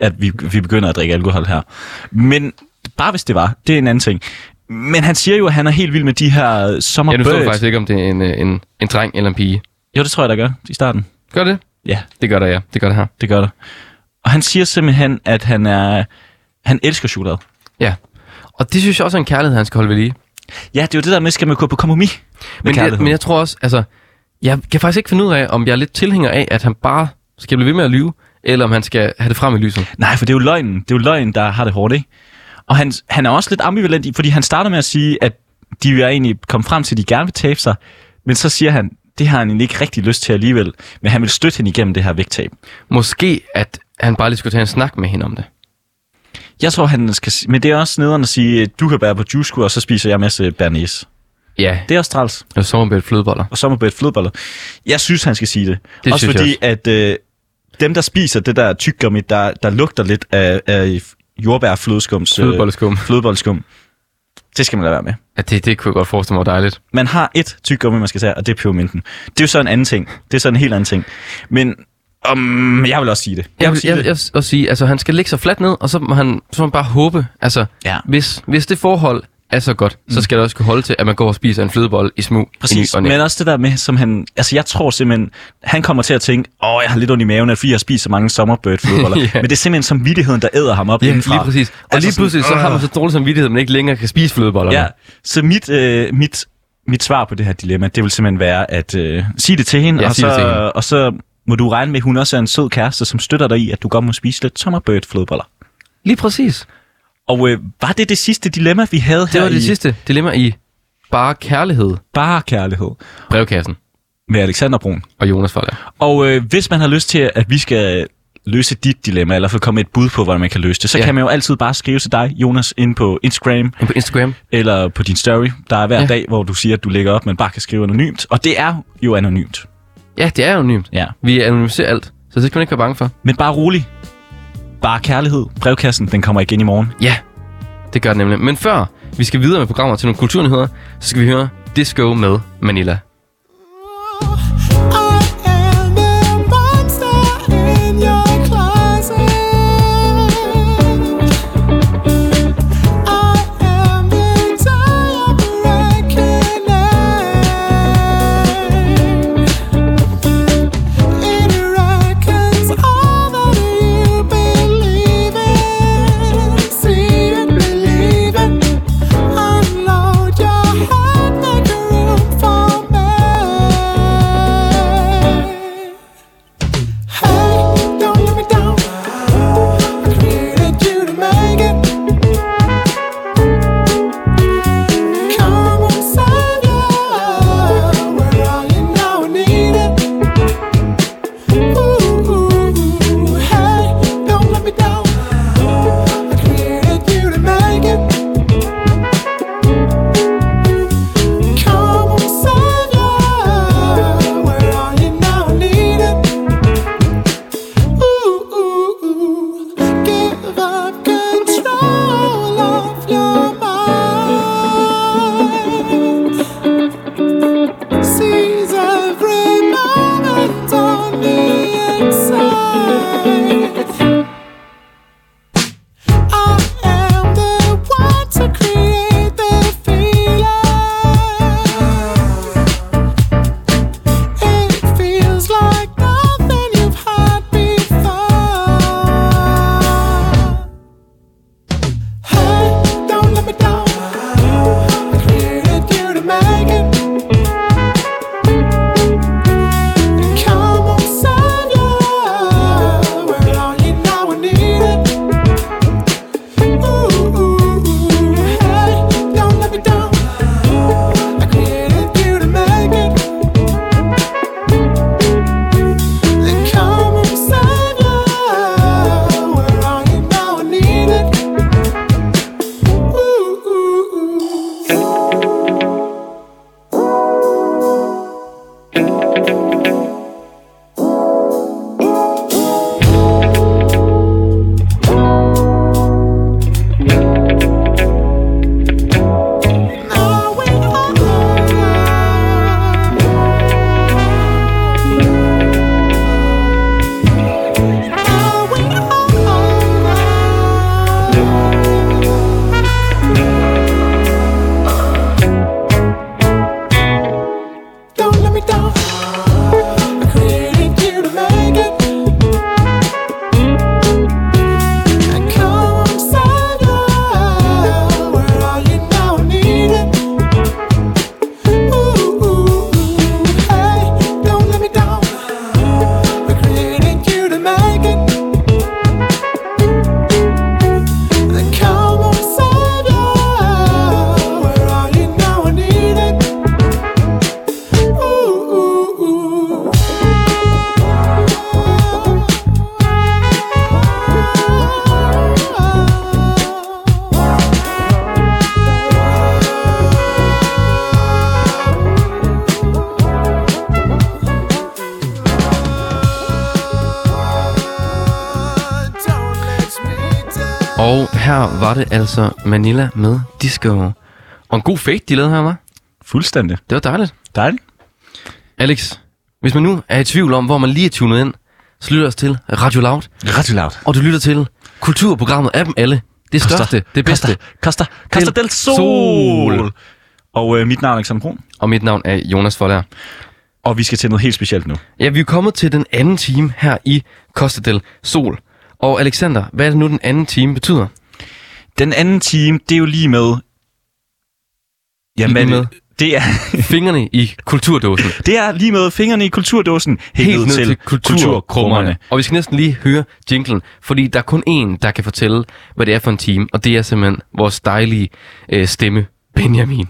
Speaker 2: at vi, vi begynder at drikke alkohol her. Men bare hvis det var, det er en anden ting. Men han siger jo, at han er helt vild med de her øh,
Speaker 3: Ja, nu står
Speaker 2: sommerbirds.
Speaker 3: faktisk ikke, om det er en, øh, en, en dreng eller en pige.
Speaker 2: Jo, det tror jeg, der gør i starten.
Speaker 3: Gør det?
Speaker 2: Ja,
Speaker 3: Det gør der, ja. Det gør det her.
Speaker 2: det gør der. Og han siger simpelthen, at han er han elsker chokolade.
Speaker 3: Ja. Og det synes jeg også er en kærlighed, han skal holde ved lige.
Speaker 2: Ja, det er jo det der med, skal man gå på kompromis med
Speaker 3: Men jeg,
Speaker 2: kærligheden.
Speaker 3: men jeg tror også, altså, jeg kan faktisk ikke finde ud af, om jeg er lidt tilhænger af, at han bare skal blive ved med at lyve, eller om han skal have det frem i lyset.
Speaker 2: Nej, for det er jo løgnen. Det er jo løgnen, der har det hårdt, ikke? Og han, han er også lidt ambivalent, i, fordi han starter med at sige, at de vil egentlig komme frem til, at de gerne vil tabe sig. Men så siger han, det har han egentlig ikke rigtig lyst til alligevel, men han vil støtte hende igennem det her vægttab.
Speaker 3: Måske, at han bare lige skulle tage en snak med hende om det.
Speaker 2: Jeg tror, han skal... si- Men det er også nederen at sige, at du kan bære på juicekur, og så spiser jeg en masse bernæs.
Speaker 3: Ja,
Speaker 2: Det er også træls.
Speaker 3: eller sommerbødt flødeboller.
Speaker 2: og sommerbødt flødeboller. Jeg synes, han skal sige det.
Speaker 3: Det
Speaker 2: også
Speaker 3: synes
Speaker 2: fordi,
Speaker 3: jeg
Speaker 2: at øh, dem, der spiser det der tyggegummi, der, der lugter lidt af, af jordbær og flødeskums, øh,
Speaker 3: Flødebolleskum.
Speaker 2: flødebolleskum, det skal man lade være med.
Speaker 3: Ja, det, det kunne jeg godt forestille mig var dejligt.
Speaker 2: Man har et tyggegummi, man skal tage, og det er peberminten. Det er jo så en anden ting. Det er så en helt anden ting. Men um, jeg vil også sige det.
Speaker 3: Jeg
Speaker 2: vil
Speaker 3: vil,
Speaker 2: sige
Speaker 3: jeg,
Speaker 2: det.
Speaker 3: jeg vil også sige, altså han skal lægge sig fladt ned, og så må han, så må man bare håbe, altså
Speaker 2: Ja.
Speaker 3: ja. hvis, hvis det forhold er så godt, mm. så skal det også kunne holde til, at man går og spiser en flødebolle i smug.
Speaker 2: Præcis,
Speaker 3: I ny og næ.
Speaker 2: men også det der med, som han... Altså, jeg tror simpelthen, han kommer til at tænke, åh, jeg har lidt ondt i maven, at fordi jeg spiser så mange sommerbird flødeboller.
Speaker 3: (laughs) Ja.
Speaker 2: Men det er simpelthen som vidtigheden, der æder ham op
Speaker 3: Ja,
Speaker 2: indenfra.
Speaker 3: lige præcis. Og
Speaker 2: Altså
Speaker 3: lige
Speaker 2: sådan,
Speaker 3: pludselig, så har man
Speaker 2: "Åh."
Speaker 3: så dårlig samvittighed, at man ikke længere kan spise flødeboller.
Speaker 2: Ja, så mit, øh, mit, mit svar på det her dilemma, det vil simpelthen være at øh, sige det til hende,
Speaker 3: Ja,
Speaker 2: og,
Speaker 3: sig
Speaker 2: så,
Speaker 3: det til hende.
Speaker 2: og så må du regne med, at hun også er en sød kæreste, som støtter dig i, at du godt må spise lidt sommerbird flødeboller.
Speaker 3: Lige præcis.
Speaker 2: Og øh, var det det sidste dilemma, vi havde
Speaker 3: Det
Speaker 2: her
Speaker 3: var det
Speaker 2: i
Speaker 3: sidste dilemma i bare kærlighed,
Speaker 2: Bare Kærlighed
Speaker 3: brevkassen
Speaker 2: med Alexander Brun?
Speaker 3: og Jonas Folder.
Speaker 2: Og øh, hvis man har lyst til, at vi skal løse dit dilemma, eller få komme med et bud på, hvordan man kan løse det, så
Speaker 3: Ja.
Speaker 2: kan man jo altid bare skrive til dig, Jonas, ind på Instagram.
Speaker 3: Ind på Instagram.
Speaker 2: Eller på din story. Der er hver
Speaker 3: Ja.
Speaker 2: ja. dag, hvor du siger, at du lægger op, men bare kan skrive anonymt. Og det er jo anonymt.
Speaker 3: Ja, det er anonymt.
Speaker 2: Ja.
Speaker 3: Vi anonymiserer alt, så det skal man ikke være bange for.
Speaker 2: Men bare rolig. Bare kærlighed. Brevkassen, den kommer igen i morgen.
Speaker 3: Ja, det gør det nemlig. Men før vi skal videre med programmer til nogle kulturnyheder, så skal vi høre Disco med Manila.
Speaker 6: Unload your head, make room for me. Don't let me down. I needed you to make it. Come on, savior, we're all you know we need it. Ooh, hey, don't let me down. I needed you to make it. Come on, savior, we're all you know we need it. Give up control of your mind. Seize every moment on the inside. I am the one to create the feeling. It feels like nothing you've had before. Hey, don't let me down. I needed you to make it. Come on, savior, we're all you know we need it. Ooh, hey, don't let me down. I needed you to make it. Come on, savior, we're all you know we need it. Don't let me down. I created you to make it. And come on, savior, we're all you know we need it. Ooh, hey, don't let me down. I created you to make it. And come on, savior, we're all you know we need it.
Speaker 3: Og her var det altså Manila med Disco. Og en god fade, de lavede her, var.
Speaker 2: Fuldstændig.
Speaker 3: Det var dejligt.
Speaker 2: Dejligt.
Speaker 3: Alex, hvis man nu er i tvivl om, hvor man lige er tunet ind, så lytter os til Radio Loud.
Speaker 2: Radio Loud.
Speaker 3: Og du lytter til kulturprogrammet af dem alle. Det
Speaker 2: Costa,
Speaker 3: største, det bedste.
Speaker 2: Costa, Costa, Costa del Sol. Sol. Og øh, mit navn er Alexander Brun.
Speaker 3: Og mit navn er Jonas Forlær.
Speaker 2: Og vi skal til noget helt specielt nu.
Speaker 3: Ja, vi er kommet til den anden time her i Costa del Sol. Og Alexander, hvad er det nu, den anden time betyder?
Speaker 2: Den anden time, det er jo lige med...
Speaker 3: Lige med.
Speaker 2: Det er, (laughs)
Speaker 3: Fingrene i kulturdåsen.
Speaker 2: det er lige med fingrene i kulturdåsen. Helt,
Speaker 3: Helt ned til, til kulturkrummerne.
Speaker 2: kulturkrummerne.
Speaker 3: Og vi skal næsten lige høre jinglen, fordi der er kun én, der kan fortælle, hvad det er for en time. Og det er simpelthen vores dejlige øh, stemme, Benjamin.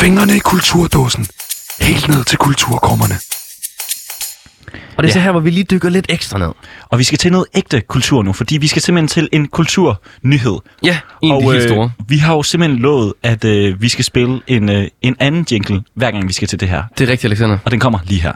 Speaker 4: Fingrene i kulturdåsen. Helt ned til kulturkrummerne.
Speaker 3: Og det er ja. så her, hvor vi lige dykker lidt ekstra ned.
Speaker 2: Og vi skal til noget ægte kultur nu, fordi vi skal simpelthen til en kulturnyhed.
Speaker 3: Ja, en af
Speaker 2: og, øh,
Speaker 3: de
Speaker 11: øh,
Speaker 3: helt store.
Speaker 2: vi har jo simpelthen lovet, at øh, vi skal spille en, øh, en anden jingle, hver gang vi skal til det her.
Speaker 3: Det er rigtigt, Alexander.
Speaker 2: Og den kommer lige her.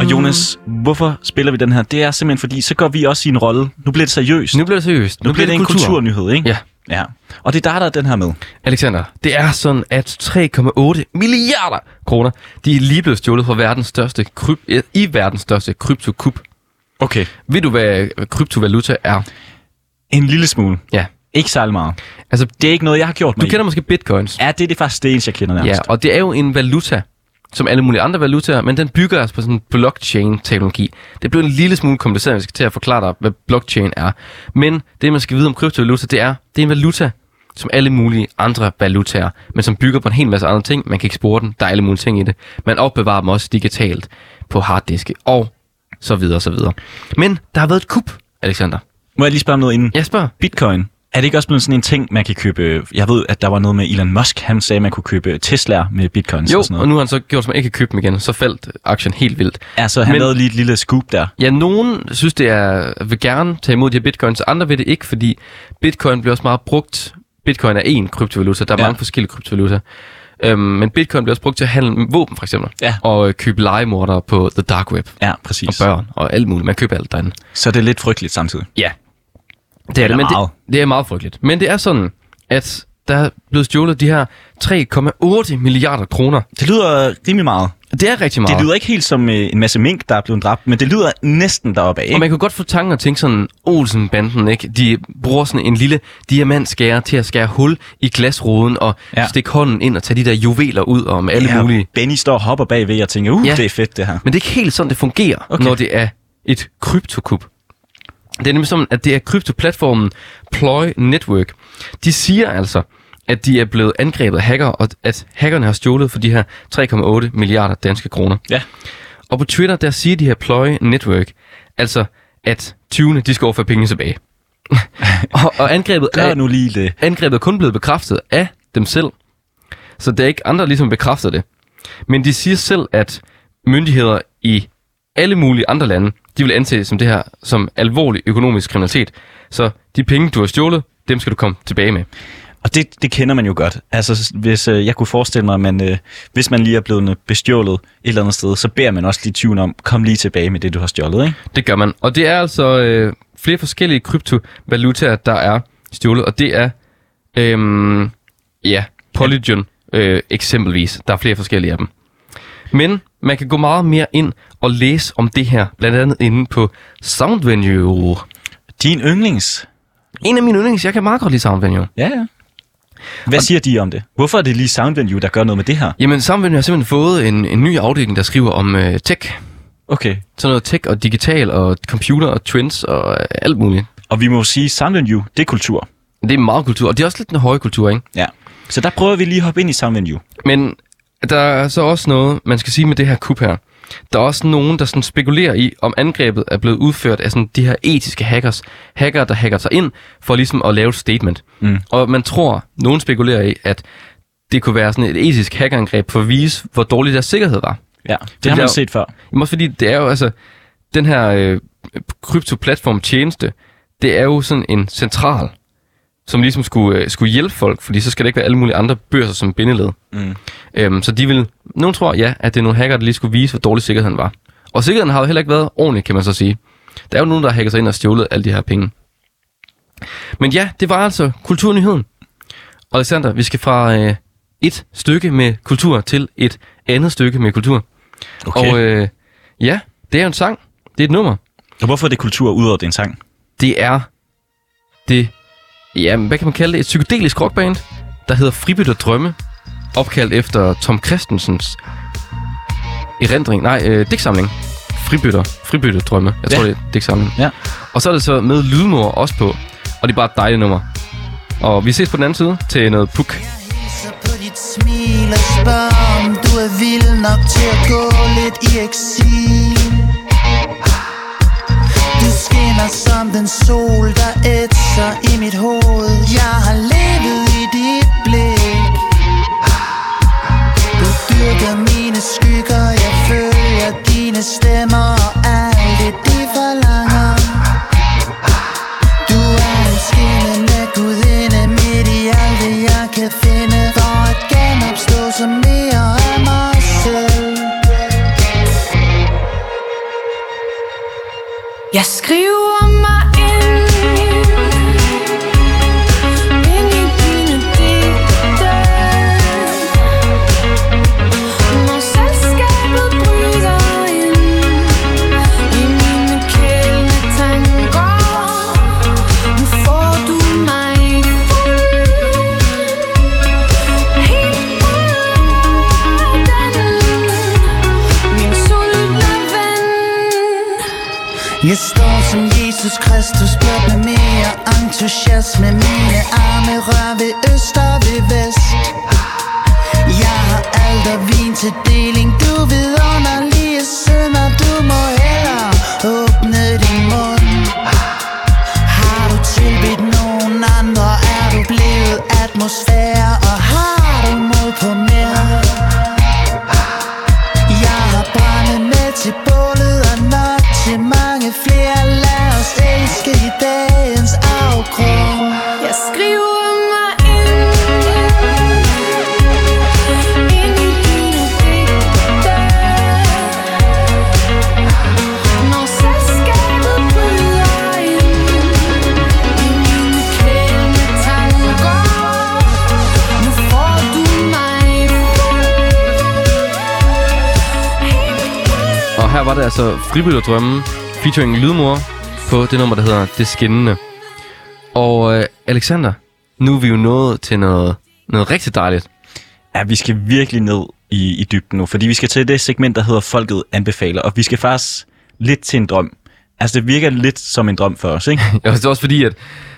Speaker 2: Og Jonas, hvorfor spiller vi den her? Det er simpelthen fordi, så går vi også i en rolle. Nu bliver det seriøst.
Speaker 3: Nu bliver det seriøst.
Speaker 2: Nu, nu bliver det en
Speaker 3: kultur.
Speaker 2: kulturnyhed, ikke?
Speaker 3: Ja.
Speaker 2: ja. Og det er dig, der er den her med.
Speaker 3: Alexander, det er sådan, at 3,8 milliarder kroner, de er lige blevet stjålet fra verdens største kryp, i verdens største kryptokup.
Speaker 2: Okay.
Speaker 3: Ved du, hvad kryptovaluta er?
Speaker 2: En lille smule.
Speaker 3: Ja.
Speaker 2: Ikke særlig meget.
Speaker 3: Altså,
Speaker 2: Det er ikke noget, jeg har gjort mig
Speaker 3: du kender måske bitcoins.
Speaker 2: i. Ja, det er det faktisk det eneste, jeg kender nærmest.
Speaker 3: Ja, og det er jo en valuta, som alle mulige andre valutaer, men den bygger altså på sådan en blockchain-teknologi. Det blev en lille smule kompliceret, hvis jeg skal til at forklare dig, hvad blockchain er. Men det, man skal vide om kryptovaluta, det er, det er en valuta, som alle mulige andre valutaer, men som bygger på en hel masse andre ting. Man kan ikke spore den, der er alle mulige ting i det. Man opbevarer dem også digitalt på harddiske, og så videre, så videre. Men der har været et kup, Alexander.
Speaker 2: Må jeg lige spørge om noget inden?
Speaker 3: Jeg spørger,
Speaker 2: Bitcoin, er det ikke også blevet sådan en ting, man kan købe? Jeg ved, at der var noget med Elon Musk, han sagde, at man kunne købe Tesla med bitcoins
Speaker 3: jo,
Speaker 2: og sådan noget.
Speaker 3: og nu har han så gjort, at man ikke kan købe dem igen, så faldt aktien helt vildt.
Speaker 2: Altså, han
Speaker 3: Men-
Speaker 2: Men... lavede lige et lille scoop der.
Speaker 3: Ja, nogen synes, det er, vil gerne tage imod de her bitcoins, andre vil det ikke, fordi bitcoin bliver også meget brugt. Bitcoin er én kryptovaluta, der er ja.
Speaker 2: Ja.
Speaker 3: mange forskellige kryptovalutaer. Øhm, men bitcoin bliver også brugt til at handle med våben, for eksempel.
Speaker 2: Ja.
Speaker 3: Og øh, købe legemordere på The Dark Web.
Speaker 2: Ja,
Speaker 3: Og
Speaker 2: præcis.
Speaker 3: børn og alt muligt. Man køber alt derinde.
Speaker 2: Så det er lidt frygteligt samtidig.
Speaker 3: Ja. Det er det,
Speaker 2: Eller
Speaker 3: men
Speaker 2: meget.
Speaker 3: det, det er meget frygteligt. Men det er sådan, at der er blevet stjålet de her 3,8 milliarder kroner.
Speaker 2: Det lyder rimelig meget.
Speaker 3: Det er rigtig meget.
Speaker 2: Det lyder ikke helt som øh, en masse mink, der er blevet dræbt, men det lyder næsten deroppe af.
Speaker 3: Og man kan godt få tanken og tænke sådan, Olsen-banden, ikke? De bruger sådan en lille diamantskærer til at skære hul i glasruden og ja.
Speaker 2: Ja.
Speaker 3: stikke hånden ind og tage de der juveler ud og med alle ja. mulige.
Speaker 2: Benny står og hopper bagved og tænker, uh,
Speaker 3: Ja.
Speaker 2: ja. det er fedt det her.
Speaker 3: Men det er ikke helt sådan, det fungerer, okay.
Speaker 2: Okay.
Speaker 3: når det er et kryptokup. Det er nemlig sådan, at det er kryptoplatformen Ploy Network. De siger altså, at de er blevet angrebet af hacker, og at hackerne har stjålet for de her 3,8 milliarder danske kroner.
Speaker 2: Ja.
Speaker 3: Og på Twitter, der siger de her Ploy Network, altså at 20'erne, de skal overføre penge tilbage. (laughs) og, og angrebet,
Speaker 2: Gør
Speaker 3: er,
Speaker 2: nu lige det.
Speaker 3: angrebet er kun blevet bekræftet af dem selv. Så der er ikke andre, der ligesom bekræfter det. Men de siger selv, at myndigheder i alle mulige andre lande, de vil anse som det her som alvorlig økonomisk kriminalitet. Så de penge, du har stjålet, dem skal du komme tilbage med.
Speaker 2: Og det, det kender man jo godt. Altså, s- hvis øh, jeg kunne forestille mig, at man, øh, hvis man lige er blevet øh, bestjålet et eller andet sted, så beder man også lige tyven om, kom lige tilbage med det, du har stjålet, ikke?
Speaker 3: Det gør man. Og det er altså øh, flere forskellige kryptovalutaer, der er stjålet. Og det er, øhm, ja, Polygon øh, eksempelvis. Der er flere forskellige af dem. Men man kan gå meget mere ind og læse om det her, blandt andet inde på Soundvenue.
Speaker 2: Din yndlings.
Speaker 3: En af mine yndlings, jeg kan meget godt lide Soundvenue.
Speaker 2: Ja, ja. Hvad siger de om det? Hvorfor er det lige Soundvenue, der gør noget med det her?
Speaker 3: Jamen, Soundvenue har simpelthen fået en, en ny afdeling, der skriver om øh, tech.
Speaker 2: Okay.
Speaker 3: Sådan noget tech og digital og computer og trends og øh, alt muligt.
Speaker 2: Og vi må jo sige, Soundvenue, det er kultur.
Speaker 3: Det er meget kultur, og det er også lidt den høje kultur, ikke?
Speaker 2: Ja. Så der prøver vi lige at hoppe ind i Soundvenue.
Speaker 3: Men der er så også noget, man skal sige med det her kup her. Der er også nogen, der sådan spekulerer i, om angrebet er blevet udført af sådan de her etiske hackers. Hacker, der hacker sig ind for ligesom at lave et statement. Mm. Og man tror, nogen spekulerer i, at det kunne være sådan et etisk hackerangreb for at vise, hvor dårlig deres sikkerhed var.
Speaker 2: Ja, det,
Speaker 3: Det
Speaker 2: det har
Speaker 3: bliver-
Speaker 2: man set før.
Speaker 3: Jamen også fordi det er jo altså, den her øh, kryptoplatform tjeneste, det er jo sådan en central, som ligesom skulle, øh, skulle hjælpe folk, fordi så skal der ikke være alle mulige andre børser som bindeled.
Speaker 2: Mm.
Speaker 3: Øhm, så de vil, nogen tror ja, at det er nogle hacker, der lige skulle vise, hvor dårlig sikkerheden var. Og sikkerheden har jo heller ikke været ordentlig, kan man så sige. Der er jo nogen, der har hacket sig ind og stjålet alle de her penge. Men ja, det var altså kulturnyheden. Og Alexander, vi skal fra øh, et stykke med kultur til et andet stykke med kultur.
Speaker 2: Okay.
Speaker 3: Og
Speaker 2: Og, øh...
Speaker 3: øh, ja, det er jo en sang. Det er et nummer.
Speaker 2: og hvorfor er det kultur udover at det er en sang?
Speaker 3: Det er det, ja, hvad kan man kalde det? Et psykedelisk rockband, der hedder Fribyt og Drømme. Opkaldt efter Tom Christensens erindring, nej, øh, digtsamling. Fribytter, fribytter drømme. Jeg tror,
Speaker 2: Ja.
Speaker 3: det er digtsamling.
Speaker 2: Ja.
Speaker 3: Og så er det så med lydmor også på. Og det er bare et dejligt nummer. Og vi ses på den anden side til noget puk.
Speaker 12: hilser på dit smil og spørger, om du er vild nok til at gå lidt i eksil. Du skinner som den sol, der ætser
Speaker 13: Jeg skriver mig ind ind i dine digte. Når selskabet bryder ind i mine kælende tanker. Nu får du mig fuld. Helt uden min sultne ven.
Speaker 12: Jeg står som Jesus Kristus, blot med mere entusiasme Mine arme rør ved øst og ved vest Jeg har alt og vin til deling Du vidunderlige synder, du må hellere åbne din mund Har du tilbedt nogen andre, er du blevet atmosfære Og har du mod på mere? Jeg har brændet med til bålet og nok til mange flere Lad os elske i dagens afgrund
Speaker 13: Jeg skriver mig ind ind i dine digte. Når selskabet bryder ind i mine kælende tanker. Nu får du mig
Speaker 3: Og her var det altså Fribytterdrømme featuring Lydmor på det nummer, der hedder Det Skinnende. Og øh, Alexander, nu er vi jo nået til noget, noget rigtig dejligt.
Speaker 2: Ja, vi skal virkelig ned i, i dybden nu, fordi vi skal til det segment, der hedder Folket anbefaler, og vi skal faktisk lidt til en drøm. Altså, det virker lidt som en drøm for os,
Speaker 3: (laughs)
Speaker 2: ikke?
Speaker 3: Ja, det er også fordi, at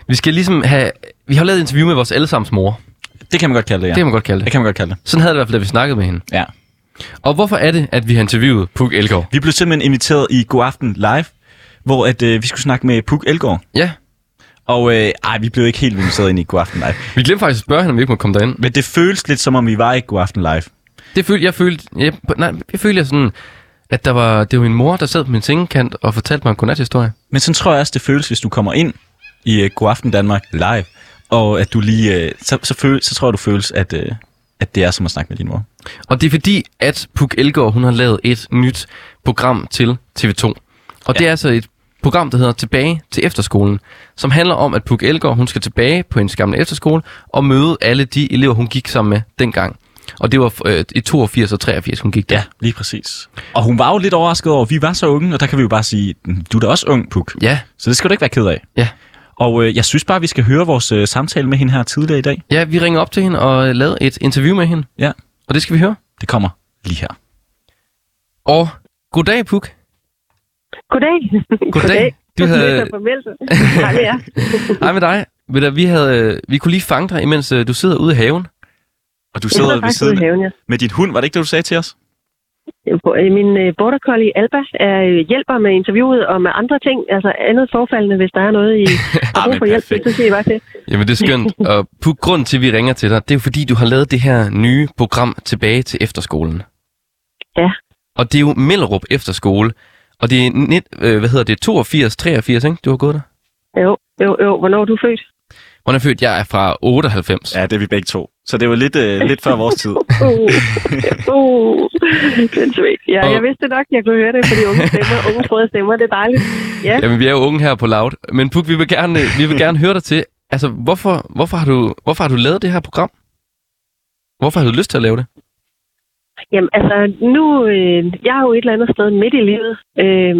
Speaker 3: vi skal ligesom have... Vi har lavet et interview med vores allesammens mor.
Speaker 2: Det kan man godt kalde det, ja.
Speaker 3: Det kan man godt kalde det.
Speaker 2: Det kan man godt kalde det.
Speaker 3: Sådan havde det i hvert fald, da vi snakkede med hende.
Speaker 2: Ja.
Speaker 3: Og hvorfor er det, at vi har interviewet Puk Elgård?
Speaker 2: Vi blev simpelthen inviteret i God Aften Live, hvor at, øh, vi skulle snakke med Puk Elgård.
Speaker 3: Ja.
Speaker 2: Og øh, ej, vi blev ikke helt inviteret ind i God Aften Live.
Speaker 3: Vi glemte faktisk at spørge hende, om vi ikke må komme derind.
Speaker 2: Men det føles lidt, som om vi var i God Aften Live.
Speaker 3: Det følte, jeg følte, jeg, nej, jeg følte jeg sådan, at der var, det var min mor, der sad på min sengekant og fortalte mig en godnathistorie.
Speaker 2: Men sådan tror jeg også, det føles, hvis du kommer ind i uh, God Aften Danmark live, og at du lige, uh, så, så, føl, så tror jeg, du føles, at, uh, at det er som at snakke med din mor.
Speaker 3: Og det er fordi, at Puk Elgård, hun har lavet et nyt program til TV2. Og ja. det er altså et program, der hedder Tilbage til efterskolen, som handler om, at Puk Elgård, hun skal tilbage på hendes gamle efterskole og møde alle de elever, hun gik sammen med dengang. Og det var øh, i 82 og 83, hun gik der. Ja,
Speaker 2: lige præcis. Og hun var jo lidt overrasket over, at vi var så unge, og der kan vi jo bare sige, "Mm, du er da også ung, Puk.
Speaker 3: Ja.
Speaker 2: Så det skal du ikke være ked af.
Speaker 3: Ja.
Speaker 2: Og øh, jeg synes bare, vi skal høre vores øh, samtale med hende her tidligere i dag.
Speaker 3: Ja, vi ringer op til hende og øh, lavede et interview med hende.
Speaker 2: Ja.
Speaker 3: Og det skal vi høre.
Speaker 2: Det kommer lige her.
Speaker 3: Og goddag, Puk.
Speaker 11: Goddag.
Speaker 3: (laughs) Goddag. Du havde...
Speaker 11: Nej, det
Speaker 3: (laughs)
Speaker 11: er.
Speaker 3: Hej med dig. Ved du, vi, havde, øh, vi kunne lige fange dig, imens øh, du sidder ude i haven.
Speaker 2: Og du
Speaker 11: Jeg sidder faktisk ude i haven, ja.
Speaker 2: med din hund, var det ikke det, du sagde til os?
Speaker 11: Øh, Min øh, border collie Alba er øh, hjælper med interviewet og med andre ting, altså andet forfaldende, hvis der er noget, I
Speaker 3: (laughs) Ah,
Speaker 11: har brug for hjælp til, så siger I bare til.
Speaker 3: Jamen, det er
Speaker 11: (laughs)
Speaker 3: skønt. Og på grund til, at vi ringer til dig, det er jo fordi, du har lavet det her nye program tilbage til efterskolen.
Speaker 11: Ja.
Speaker 3: Og det er jo Mellerup Efterskole. Og det er, net, øh, hvad hedder det, 82, 83, ikke? Du har gået der.
Speaker 11: Jo, jo, jo. Hvornår er du født?
Speaker 3: Hvornår er jeg født? Jeg er fra 98.
Speaker 2: Ja, det er vi begge to. Så det var lidt, øh, lidt før vores
Speaker 3: (laughs)
Speaker 2: tid.
Speaker 11: Uh, uh, sindssygt. Ja, jeg vidste nok, jeg kunne høre det, fordi unge stemmer, unge frøde stemmer, det er dejligt. Ja.
Speaker 3: Jamen, vi er jo unge her på Loud. Men Puk, vi vil gerne, vi vil gerne høre dig til, altså, hvorfor, hvorfor, har du, hvorfor har du lavet det her program? Hvorfor har du lyst til at lave det?
Speaker 11: Jamen, altså, nu, øh, jeg er jo et eller andet sted midt i livet, øh,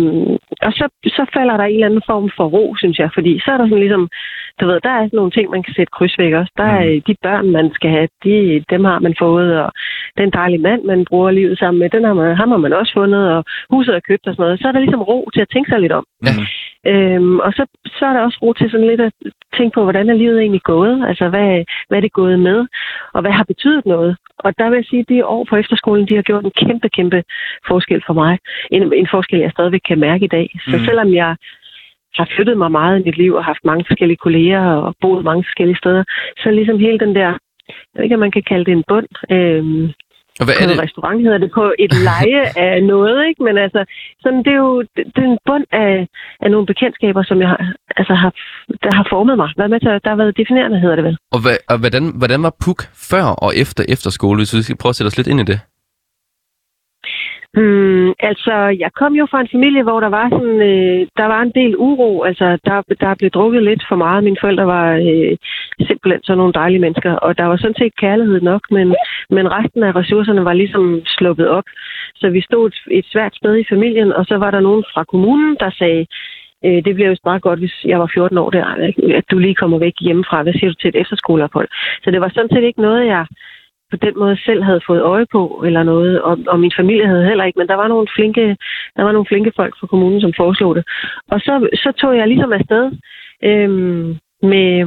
Speaker 11: og så, så falder der en eller anden form for ro, synes jeg, fordi så er der sådan ligesom, du ved, der er sådan nogle ting, man kan sætte kryds væk også. Der er øh, de børn, man skal have, de, dem har man fået, og den dejlige mand, man bruger livet sammen med, den har man, ham har man også fundet, og huset er købt og sådan noget. Så er der ligesom ro til at tænke sig lidt om.
Speaker 3: Ja.
Speaker 11: Øhm, og så, så er der også ro til sådan lidt at tænke på, hvordan er livet egentlig gået? Altså, hvad, hvad er det gået med? Og hvad har betydet noget? Og der vil jeg sige, at de år på efterskolen, de har gjort en kæmpe, kæmpe forskel for mig. En, en forskel, jeg stadigvæk kan mærke i dag. Så
Speaker 14: Mm.
Speaker 11: mm. selvom jeg har flyttet mig meget i mit liv og haft mange forskellige kolleger og boet mange forskellige steder, så ligesom hele den der, jeg ved ikke, om man kan kalde det en bund, øhm,
Speaker 3: Og hvad
Speaker 11: på
Speaker 3: er det?
Speaker 11: en restaurant hedder det, på et
Speaker 3: (laughs)
Speaker 11: leje af noget, ikke? Men altså, sådan, det er jo det det er en bund af, af nogle bekendtskaber, som jeg har, altså, har, der har formet mig. Hvad med til, der har været definerende, hedder det vel?
Speaker 3: Og, hvad, og hvordan, hvordan var Puk før og efter efterskole, hvis vi skal prøve at sætte os lidt ind i det?
Speaker 11: Hmm, altså, jeg kom jo fra en familie, hvor der var sådan, øh, der var en del uro. Altså, der, der blev drukket lidt for meget. Mine forældre var øh, simpelthen sådan nogle dejlige mennesker, og der var sådan set kærlighed nok, men, men resten af ressourcerne var ligesom sluppet op. Så vi stod et, et svært sted i familien, og så var der nogen fra kommunen, der sagde, øh, det bliver jo meget godt, hvis jeg var 14 år der, at du lige kommer væk hjemmefra. Hvad siger du til et efterskoleophold? Så det var sådan set ikke noget, jeg på den måde selv havde fået øje på eller noget, og, og min familie havde heller ikke, men der var nogle flinke, der var nogle flinke folk fra kommunen, som foreslog det. Og så, så tog jeg ligesom afsted øhm, med,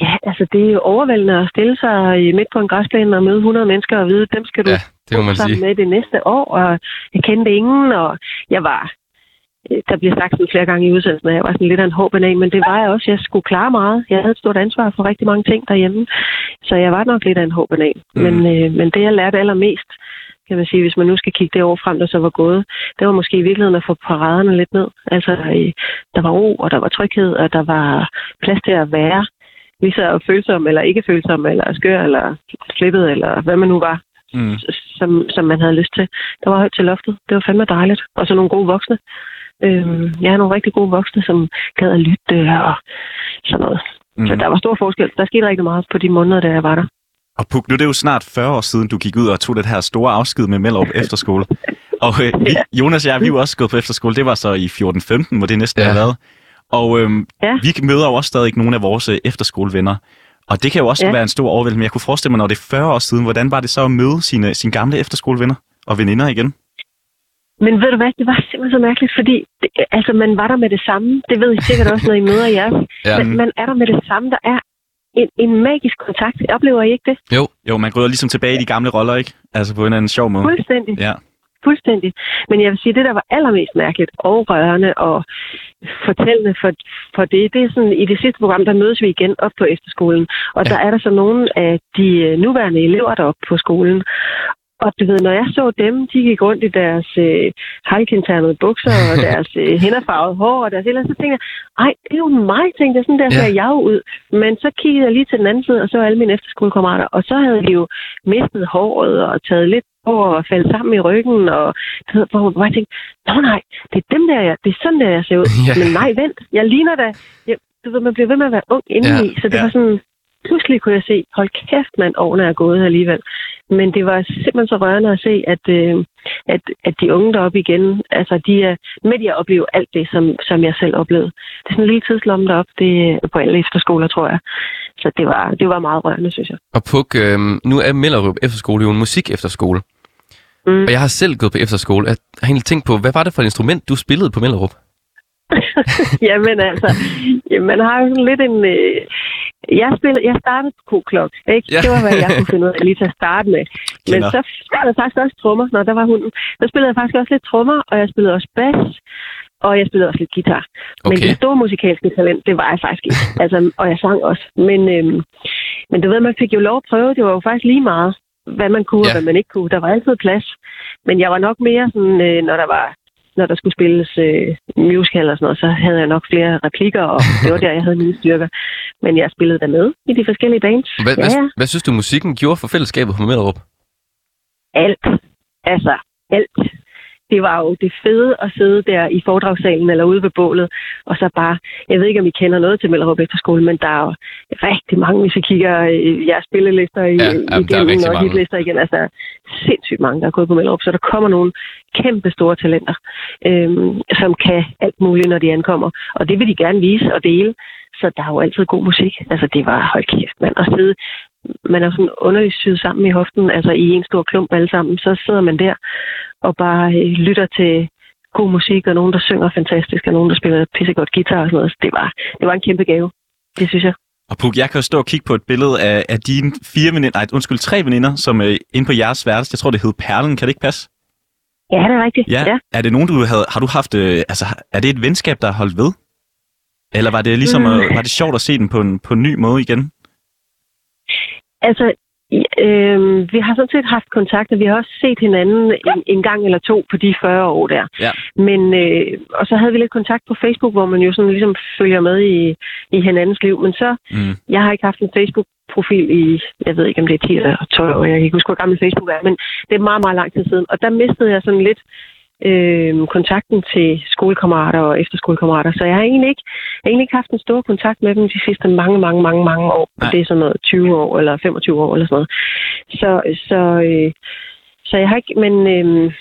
Speaker 11: ja, altså det er jo overvældende at stille sig i- midt på en græsplæne og møde 100 mennesker og vide, dem skal du ja,
Speaker 3: det må man
Speaker 11: sammen
Speaker 3: sige.
Speaker 11: med det næste år, og jeg kendte ingen, og jeg var øh, der blev sagt sådan flere gange i udsendelsen, at jeg var sådan lidt af en hård banan, men det var jeg også. Jeg skulle klare meget. Jeg havde et stort ansvar for rigtig mange ting derhjemme, så jeg var nok lidt af en hård banan. Mm. Men, øh, men det, jeg lærte allermest, kan man sige, hvis man nu skal kigge det år frem, der så var gået, det var måske i virkeligheden at få paraderne lidt ned. Altså, øh, der var ro, og der var tryghed, og der var plads til at være lige så følsom, eller ikke følsom, eller skør, eller slippet, eller hvad man nu var,
Speaker 2: Mm.
Speaker 11: som, som man havde lyst til. Der var højt til loftet. Det var fandme dejligt. Og så nogle gode voksne. Øhm, jeg har nogle rigtig gode voksne, som gad at lytte øh, og sådan noget. Mm. Så der var stor forskel. Der skete rigtig meget på de måneder, da jeg var der.
Speaker 2: Og Puk, nu er det jo snart 40 år siden, du gik ud og tog det her store afsked med (laughs) Mellerup Efterskole. Og øh, vi, Jonas og jeg, vi er jo også gået på efterskole. Det var så i 14-15, hvor det næsten ja. har været. Og øhm, ja. vi møder jo også stadig ikke nogen af vores øh, efterskolevenner. Og det kan jo også ja.
Speaker 11: Ja.
Speaker 2: være en stor overvældelse, men jeg kunne forestille mig, når det er 40 år siden, hvordan var det så at møde sine, sine gamle efterskolevenner og veninder igen?
Speaker 11: Men ved du hvad, det var simpelthen så mærkeligt, fordi det, altså, man var der med det samme. Det ved I sikkert også, når I møder jer.
Speaker 2: Ja.
Speaker 11: ja. Men man er der med det samme. Der er en, en magisk kontakt. Oplever I ikke det?
Speaker 3: Jo.
Speaker 2: Jo, man går ligesom tilbage i de gamle roller, ikke? Altså på en eller anden sjov måde.
Speaker 11: Fuldstændig.
Speaker 2: Ja.
Speaker 11: Fuldstændig. Men jeg vil sige, det, der var allermest mærkeligt og rørende og fortællende for, for det, det er sådan, i det sidste program, der mødes vi igen op på efterskolen. Og ja. der er der så nogle af de øh, nuværende elever deroppe på skolen. Og du ved, når jeg så dem, de gik rundt i deres øh, halvkinternede bukser og deres øh, hænderfarvede hår og deres et eller andet, så tænkte jeg, ej, det er jo mig, tænkte jeg, sådan der
Speaker 6: Ja.
Speaker 11: ser jeg jo ud. Men så kiggede jeg lige til den anden side, og så alle mine efterskolekammerater, og så havde de jo mistet håret og taget lidt på og faldt sammen i ryggen, og du ved, hvor man bare tænkte, nå nej, det er dem der, jeg, det er sådan der, jeg ser ud.
Speaker 6: (laughs) Ja.
Speaker 11: Men nej, vent, jeg ligner da, jeg, du ved, man bliver ved med at være ung indeni,
Speaker 6: Ja.
Speaker 11: så det
Speaker 6: Ja.
Speaker 11: var sådan, pludselig kunne jeg se, hold kæft mand, årene er gået alligevel. Men det var simpelthen så rørende at se, at, øh, at, at de unge deroppe igen, altså de er med i at opleve alt det, som, som jeg selv oplevede. Det er sådan en lille tidslomme deroppe det, er på alle efterskoler, tror jeg. Så det var, det var meget rørende, synes jeg.
Speaker 3: Og Puk, øh, nu er Mellerup Efterskole jo en musik efterskole.
Speaker 11: Mm.
Speaker 3: Og jeg har selv gået på efterskole. Jeg har egentlig tænkt på, hvad var det for et instrument, du spillede på Mellerup?
Speaker 11: (laughs) jamen altså, jamen, man har jo sådan lidt en... Øh, jeg, spillede, jeg startede på koklok, ikke?
Speaker 6: Ja.
Speaker 11: Ja. Det var, hvad jeg kunne finde ud af lige til at starte med. Men
Speaker 6: Kender.
Speaker 11: så spillede jeg faktisk også trommer. Nå, der var hunden. Så spillede jeg faktisk også lidt trommer, og jeg spillede også bas, og jeg spillede også lidt guitar. Okay. Men
Speaker 6: Okay.
Speaker 11: det store musikalske talent, det var jeg faktisk ikke. altså, og jeg sang også. Men, øhm, men du ved, man fik jo lov at prøve. Det var jo faktisk lige meget, hvad man kunne ja. og hvad man ikke kunne. Der var altid plads. Men jeg var nok mere sådan, øh, når der var når der skulle spilles øh, musical eller sådan noget, så havde jeg nok flere replikker, og det var der, jeg havde mine styrker. Men jeg spillede der med i de forskellige bands.
Speaker 3: Hvad,
Speaker 11: ja, ja.
Speaker 3: hvad, hvad synes du, musikken gjorde for fællesskabet på Mellerup?
Speaker 11: Alt. Altså, alt. Det var jo det fede at sidde der i foredragssalen eller ude ved bålet, og så bare, jeg ved ikke, om I kender noget til Mellerup Efterskole, men der er jo rigtig mange, hvis I kigger i jeres spillelister i,
Speaker 6: Ja,
Speaker 11: ja,
Speaker 6: jamen, der er
Speaker 11: igennem,
Speaker 6: rigtig
Speaker 11: og
Speaker 6: mange.
Speaker 11: hitlister igen, altså sindssygt mange, der er gået på Mellerup, så der kommer nogle kæmpe store talenter, øhm, som kan alt muligt, når de ankommer, og det vil de gerne vise og dele, så der er jo altid god musik. Altså, det var, hold kæft, mand, at sidde man er jo sådan underligt syet sammen i hoften, altså i en stor klump alle sammen, så sidder man der og bare øh, lytter til god musik, og nogen, der synger fantastisk, og nogen, der spiller pissegodt guitar og sådan noget. Så det var, det var en kæmpe gave, det synes jeg.
Speaker 2: Og Puk, jeg kan jo stå og kigge på et billede af, af dine fire veninder, nej, undskyld, tre veninder, som øh, inde på jeres værelse, jeg tror, det hed Perlen, kan det ikke passe?
Speaker 11: Ja, det er rigtigt.
Speaker 2: Ja. ja. Er det nogen, du havde, har du haft, øh, altså, er det et venskab, der har holdt ved? Eller var det ligesom,
Speaker 11: Mm.
Speaker 2: øh, var det sjovt at se dem på en, på en ny måde igen?
Speaker 11: Altså, Øh, vi har sådan set haft kontakt, og vi har også set hinanden en, en gang eller to på de 40 år der.
Speaker 3: Ja.
Speaker 11: Men, øh, og så havde vi lidt kontakt på Facebook, hvor man jo sådan ligesom følger med i, i hinandens liv. Men så,
Speaker 2: Mm.
Speaker 11: jeg har ikke haft en Facebook-profil i, jeg ved ikke om det er 10 eller 12 år, jeg kan ikke huske, hvor gammel Facebook er, men det er meget, meget lang tid siden. Og der mistede jeg sådan lidt øh, kontakten til skolekammerater og efterskolekammerater, så jeg har egentlig ikke, jeg har egentlig ikke haft en stor kontakt med dem de sidste mange, mange, mange, mange år. Nej. Det er sådan noget 20 år eller 25 år eller sådan noget. Så, så, øh, så jeg har ikke, men... Øh,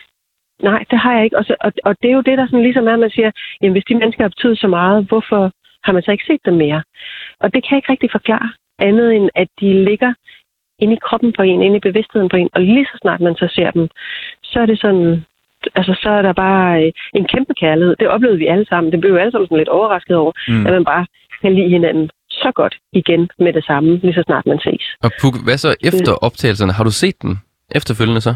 Speaker 11: Nej, det har jeg ikke. Og, så, og, og det er jo det, der sådan ligesom er, at man siger, jamen hvis de mennesker har betydet så meget, hvorfor har man så ikke set dem mere? Og det kan jeg ikke rigtig forklare, andet end at de ligger inde i kroppen på en, inde i bevidstheden på en, og lige så snart man så ser dem, så er det sådan, altså så er der bare øh, en kæmpe kærlighed. Det oplevede vi alle sammen. Det blev vi alle sammen sådan lidt overrasket over,
Speaker 3: Mm.
Speaker 11: mm. at man bare kan lide hinanden så godt igen med det samme, lige så snart man ses.
Speaker 3: Og Puk, hvad så efter
Speaker 11: Mm.
Speaker 3: optagelserne? Har du set den efterfølgende så?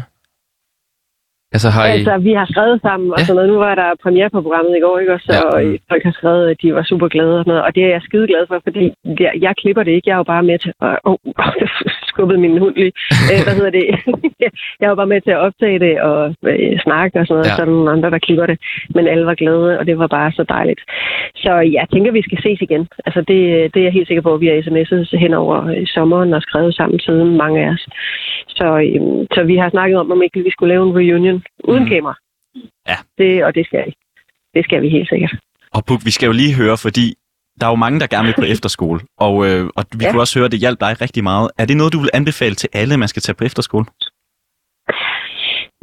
Speaker 3: Altså har I...
Speaker 11: Altså, vi har skrevet sammen og sådan noget. Nu var der premiere på programmet i går, ikke? Og så
Speaker 3: Ja.
Speaker 11: ja. folk har skrevet, at de var super glade og sådan noget. Og det er jeg skide glad for, fordi jeg, jeg klipper det ikke. Jeg er jo bare med til... Åh, oh, jeg skubbede min hund lige. Øh, Hvad hedder det? (laughs) jeg er jo bare med til at optage det og øh, snakke og sådan noget.
Speaker 14: Ja.
Speaker 11: Ja. Så er der nogle andre, der klipper det. Men alle var glade, og det var bare så dejligt. Så jeg tænker, vi skal ses igen. Altså, det, det er jeg helt sikker på, at vi har sms'et hen over øh, sommeren og skrevet sammen siden mange af os. Så, øhm, så vi har snakket om, om ikke vi skulle lave en reunion uden mm. kamera.
Speaker 2: Ja.
Speaker 11: Det, og det skal vi. Det skal vi helt sikkert.
Speaker 2: Og Puk, vi skal jo lige høre, fordi der er jo mange, der gerne (laughs) vil på efterskole, og, øh, og vi ja.
Speaker 11: Ja.
Speaker 2: kunne også høre, at det hjalp dig rigtig meget. Er det noget, du vil anbefale til alle, man skal tage på efterskole?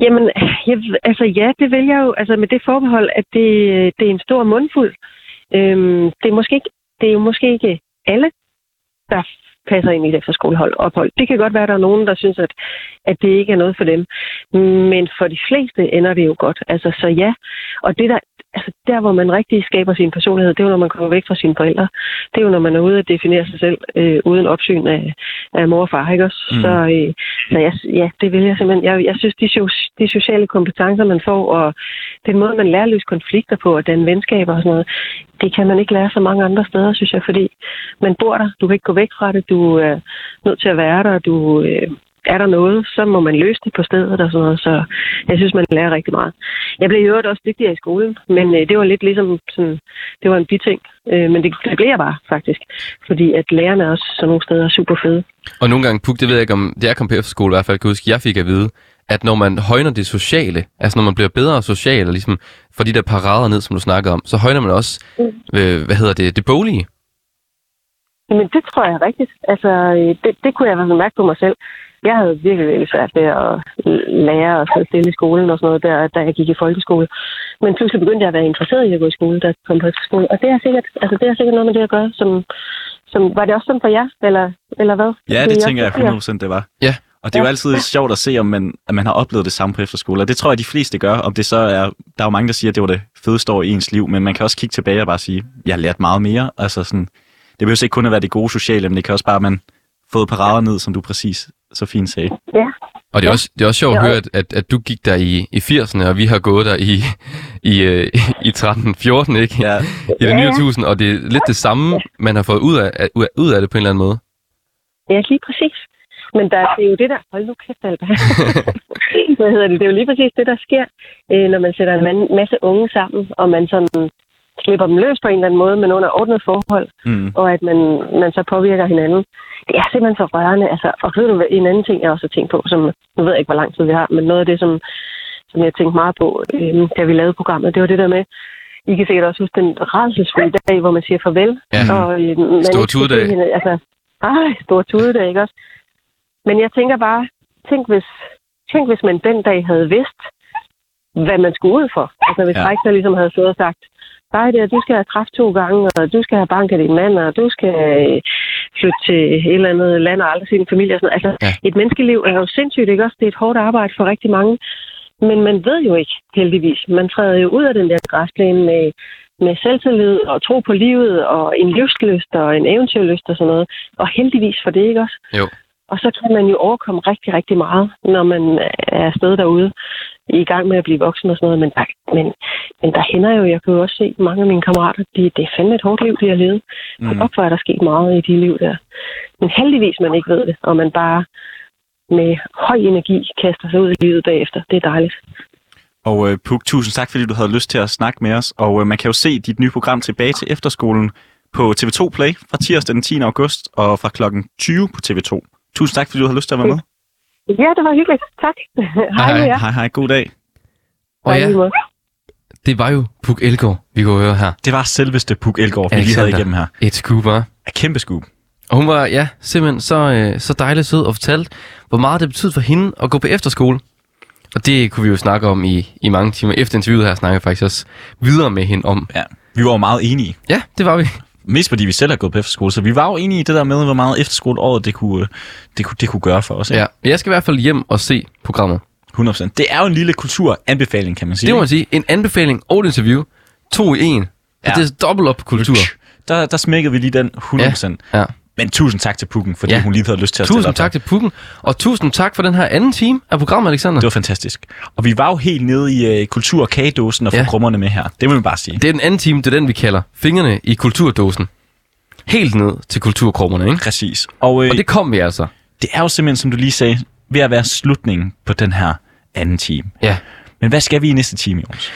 Speaker 11: Jamen, jeg, altså ja, det vil jeg jo. Altså med det forbehold, at det, det er en stor mundfuld. Øhm, det, er måske ikke, det er jo måske ikke alle, der passer ind i det efterskoleophold. Det kan godt være, at der er nogen, der synes, at, at det ikke er noget for dem. Men for de fleste ender det jo godt. Altså, så ja. Og det der, altså, der, hvor man rigtig skaber sin personlighed, det er jo, når man kommer væk fra sine forældre. Det er jo, når man er ude og definere sig selv øh, uden opsyn af, af mor og far, ikke også?
Speaker 15: Mm.
Speaker 11: Mm. Så, øh, så jeg, ja, det vil jeg simpelthen. Jeg, jeg synes, de, so- de sociale kompetencer, man får, og den måde, man lærer at løse konflikter på, og den venskaber og sådan noget, det kan man ikke lære så mange andre steder, synes jeg, fordi man bor der, du kan ikke gå væk fra det, du er nødt til at være der, du... Øh, er der noget, så må man løse det på stedet og sådan noget. Så jeg synes, man lærer rigtig meget. Jeg blev i øvrigt også dygtigere i skolen, men øh, det var lidt ligesom sådan, det var en biting. Øh, men det, det blev jeg bare, faktisk. Fordi at lærerne er også sådan nogle steder super fede.
Speaker 3: Og nogle gange, Puk, det ved jeg ikke om, det er kom på efterskole i hvert fald, kan jeg huske, jeg fik at vide, at når man højner det sociale, altså når man bliver bedre social, og ligesom får de der parader ned, som du snakkede om, så højner man også, øh, hvad hedder det, det bolige.
Speaker 11: Men det tror jeg er rigtigt. Altså, øh, det, det kunne jeg i hvert fald mærke på mig selv. Jeg havde virkelig, virkelig svært ved at lære at sidde stille i skolen og sådan noget, der, da jeg gik i folkeskole. Men pludselig begyndte jeg at være interesseret i at gå i skole, da jeg kom på skole. Og det er sikkert, altså, det er sikkert noget med det at gøre, som, som var det også sådan for jer, eller, eller hvad?
Speaker 2: Ja,
Speaker 11: Fordi
Speaker 2: det tænker jeg 100% det var.
Speaker 3: Ja.
Speaker 2: Og det er jo altid sjovt at se, om man, at man har oplevet det samme på efterskole. Og det tror jeg, de fleste gør. Om det så er, der er jo mange, der siger, at det var det fedeste år i ens liv. Men man kan også kigge tilbage og bare sige, jeg har lært meget mere. Altså sådan, det behøver ikke kun at være det gode sociale, men det kan også bare, at man har fået parader ned, som du præcis så fint sagde.
Speaker 11: Ja.
Speaker 3: Og det er også, det er også sjovt
Speaker 2: Ja.
Speaker 3: at høre, at, at, at du gik der i, i 80'erne, og vi har gået der i, i, øh, i 13-14, ikke?
Speaker 2: Ja.
Speaker 3: I det
Speaker 11: Ja,
Speaker 3: nye
Speaker 11: ja.
Speaker 3: tusind, og det er lidt det samme, man har fået ud af, af- ud af- ud af det på en eller anden måde.
Speaker 11: Ja, lige præcis. Men der, det er jo det der, hold nu kæft, Alba. Hvad hedder det? Det er jo lige præcis det, der sker, øh, når man sætter en man- masse unge sammen, og man sådan slipper dem løs på en eller anden måde, men under ordnet forhold,
Speaker 2: Mm.
Speaker 11: og at man, man så påvirker hinanden. Det er simpelthen så rørende. Altså, og ved du, hvad, en anden ting, jeg også har tænkt på, som nu ved jeg ikke, hvor lang tid vi har, men noget af det, som, som jeg tænkte meget på, øh, da vi lavede programmet, det var det der med, I kan sikkert også huske den rædselsfulde dag, hvor man siger farvel.
Speaker 3: Ja.
Speaker 11: Og, øh, man
Speaker 3: Stor
Speaker 11: ikke skal se
Speaker 3: tudedag.
Speaker 11: hinanden. Altså, ej, stor tudedag, ikke også? Men jeg tænker bare, tænk hvis, tænk hvis man den dag havde vidst, hvad man skulle ud for. Altså hvis
Speaker 15: Ja.
Speaker 11: ja. rektor ligesom havde siddet og sagt, dig der, du skal have kraft to gange, og du skal have banket din mand, og du skal øh, flytte til et eller andet land og aldrig se din familie. Og sådan. noget. Altså, ja. et menneskeliv er jo sindssygt, ikke også? Det er et hårdt arbejde for rigtig mange. Men man ved jo ikke, heldigvis. Man træder jo ud af den der græsplæne med, med selvtillid og tro på livet og en livsløst og en eventyrlyst og sådan noget. Og heldigvis for det, ikke også?
Speaker 3: Jo.
Speaker 11: Og så kan man jo overkomme rigtig, rigtig meget, når man øh, er afsted derude i gang med at blive voksen og sådan noget. Men der, men, men der hænder jo, jeg kan jo også se mange af mine kammerater, de, det er fandme et hårdt liv, de har levet. Mm.
Speaker 2: Hold
Speaker 11: op, hvor er der sket meget i de liv der. Men heldigvis man ikke ved det, og man bare med høj energi kaster sig ud i livet bagefter. Det er dejligt.
Speaker 2: Og øh, Puk, tusind tak, fordi du havde lyst til at snakke med os. Og øh, man kan jo se dit nye program tilbage til efterskolen på TV2 Play fra tirsdag den 10. august og fra klokken 20 på TV2. Tusind tak, fordi du havde lyst til at være med.
Speaker 11: Ja, det var hyggeligt. Tak. Hej med jer.
Speaker 2: Hej, hej. God dag.
Speaker 3: Og ja, det var jo Puk Elgård, vi kunne høre her.
Speaker 2: Det var selveste Puk Elgård, vi lige havde igennem her.
Speaker 3: Et scoop, var.
Speaker 2: Et kæmpe scoop.
Speaker 3: Og hun var, ja, simpelthen så, øh, så dejlig sød og fortalte, hvor meget det betød for hende at gå på efterskole. Og det kunne vi jo snakke om i, i mange timer. Efter interviewet her snakkede jeg faktisk også videre med hende om.
Speaker 2: Ja, vi var jo meget enige.
Speaker 3: Ja, det var vi.
Speaker 2: Mest fordi vi selv har gået på efterskole, så vi var jo enige i det der med, hvor meget efterskoleåret det kunne, øh, det kunne, det kunne gøre for os. ikke?
Speaker 3: Ja, men jeg skal i hvert fald hjem og se programmet.
Speaker 2: 100%. Det er jo en lille kulturanbefaling, kan man sige.
Speaker 3: Det må
Speaker 2: ikke?
Speaker 3: man sige. En anbefaling og et interview. To i en. Ja. Det er dobbelt op på kultur.
Speaker 2: Der, der smækkede vi lige den 100%.
Speaker 3: Ja. ja.
Speaker 2: Men tusind tak til Pukken, fordi
Speaker 3: Ja.
Speaker 2: ja. hun lige havde lyst til at stille
Speaker 3: Tusind
Speaker 2: op
Speaker 3: tak til Pukken, og tusind tak for den her anden time af programmet, Alexander.
Speaker 2: Det var fantastisk. Og vi var jo helt nede i øh, kultur- og kagedåsen og få
Speaker 3: Ja.
Speaker 2: ja. krummerne med her. Det vil man bare sige.
Speaker 3: Det er den anden time, det er den, vi kalder fingrene i kulturdåsen. Helt ned til kulturkrummerne, ikke?
Speaker 2: Præcis. Og, øh,
Speaker 3: og det kom vi altså.
Speaker 2: Det er jo simpelthen, som du lige sagde, ved at være slutningen på den her anden time.
Speaker 3: Ja.
Speaker 2: Men hvad skal vi i næste time, Jonas?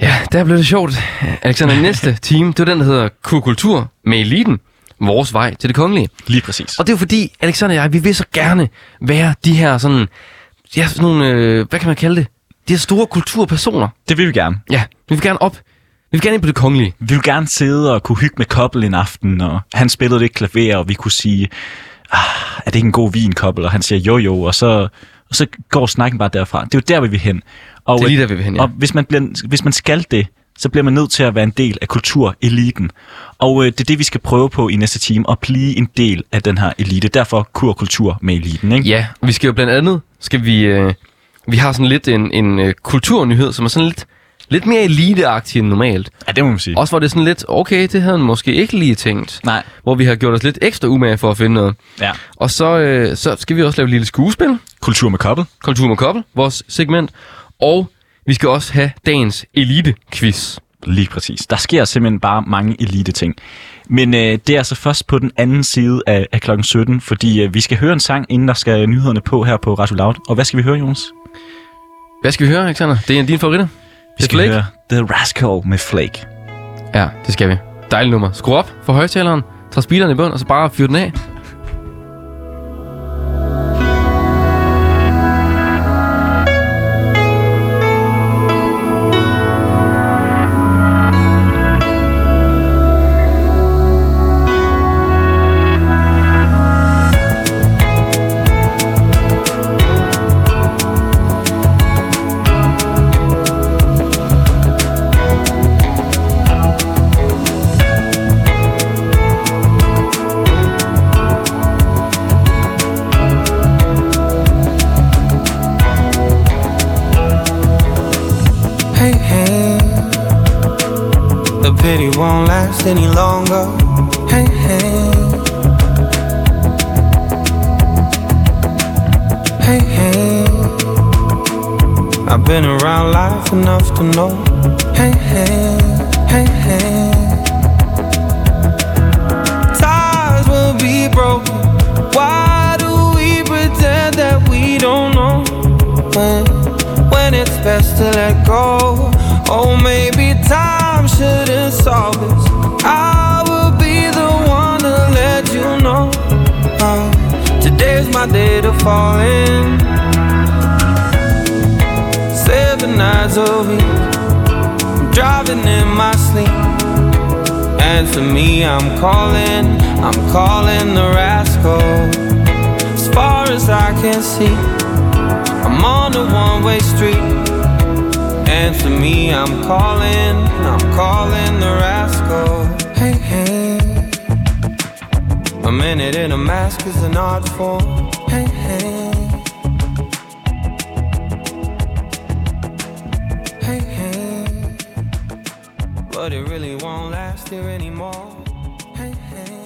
Speaker 3: Ja, der blev det sjovt. Alexander, næste
Speaker 2: (laughs)
Speaker 3: time, det er den, der hedder Kultur med eliten. Vores vej til det kongelige.
Speaker 2: Lige præcis.
Speaker 3: Og det er jo fordi, Alexander og jeg, vi vil så gerne være de her sådan, ja, sådan nogle, øh, hvad kan man kalde det? De her store kulturpersoner.
Speaker 2: Det vil vi gerne.
Speaker 3: Ja, vi vil gerne op. Vi vil gerne ind på det kongelige.
Speaker 2: Vi vil gerne sidde og kunne hygge med kobbel en aften, og han spillede lidt klaver, og vi kunne sige, ah, er det ikke en god vin, kobbel? Og han siger jo jo, og så, og så går snakken bare derfra. Det er jo der, vi vil hen. Og,
Speaker 3: Det er lige der, vi vil hen, ja.
Speaker 2: Og hvis man, bliver, hvis man skal det, så bliver man nødt til at være en del af kultureliten. Og øh, det er det, vi skal prøve på i næste time, at blive en del af den her elite. Derfor kur og kultur med eliten, ikke?
Speaker 3: Ja, vi skal jo blandt andet, skal vi, øh, vi har sådan lidt en, en øh, kulturnyhed, som er sådan lidt, lidt mere eliteagtig end normalt.
Speaker 2: Ja, det må man sige.
Speaker 3: Også hvor det er sådan lidt, okay, det havde man måske ikke lige tænkt.
Speaker 2: Nej.
Speaker 3: Hvor vi har gjort os lidt ekstra umage for at finde noget.
Speaker 2: Ja.
Speaker 3: Og så, øh, så skal vi også lave et lille skuespil.
Speaker 2: Kultur med kobbel.
Speaker 3: Kultur med kobbel, vores segment. Og vi skal også have dagens elite-quiz.
Speaker 2: Lige præcis. Der sker simpelthen bare mange elite ting. Men øh, det er altså først på den anden side af, af klokken 17, fordi øh, vi skal høre en sang, inden der skal nyhederne på her på Radio Loud. Og hvad skal vi høre, Jonas?
Speaker 3: Hvad skal vi høre, Alexander? Det er en af dine favoritter.
Speaker 2: Vi skal
Speaker 3: Flake?
Speaker 2: høre The Rascal med Flake.
Speaker 3: Ja, det skal vi. Dejligt nummer. Skru op for højtaleren, tag speederen i bund, og så bare fyr den af.
Speaker 14: Hey, hey. The pity won't last any longer. Hey, hey. Hey, hey. I've been around life enough to know. Hey, hey. Hey, hey. Ties will be broken. Why do we pretend that we don't know? When when it's best to let go. Oh, maybe time shouldn't solve this. I will be the one to let you know. Uh, today's my day to fall in. Seven nights a week, I'm driving in my sleep. Answer me, I'm calling, I'm calling the rascal. As far as I can see. I'm on a one-way street. Answer me, I'm calling, I'm calling the rascal. Hey, hey. A minute in a mask is an art form. Hey, hey. Hey, hey. But it really won't last here anymore. Hey, hey.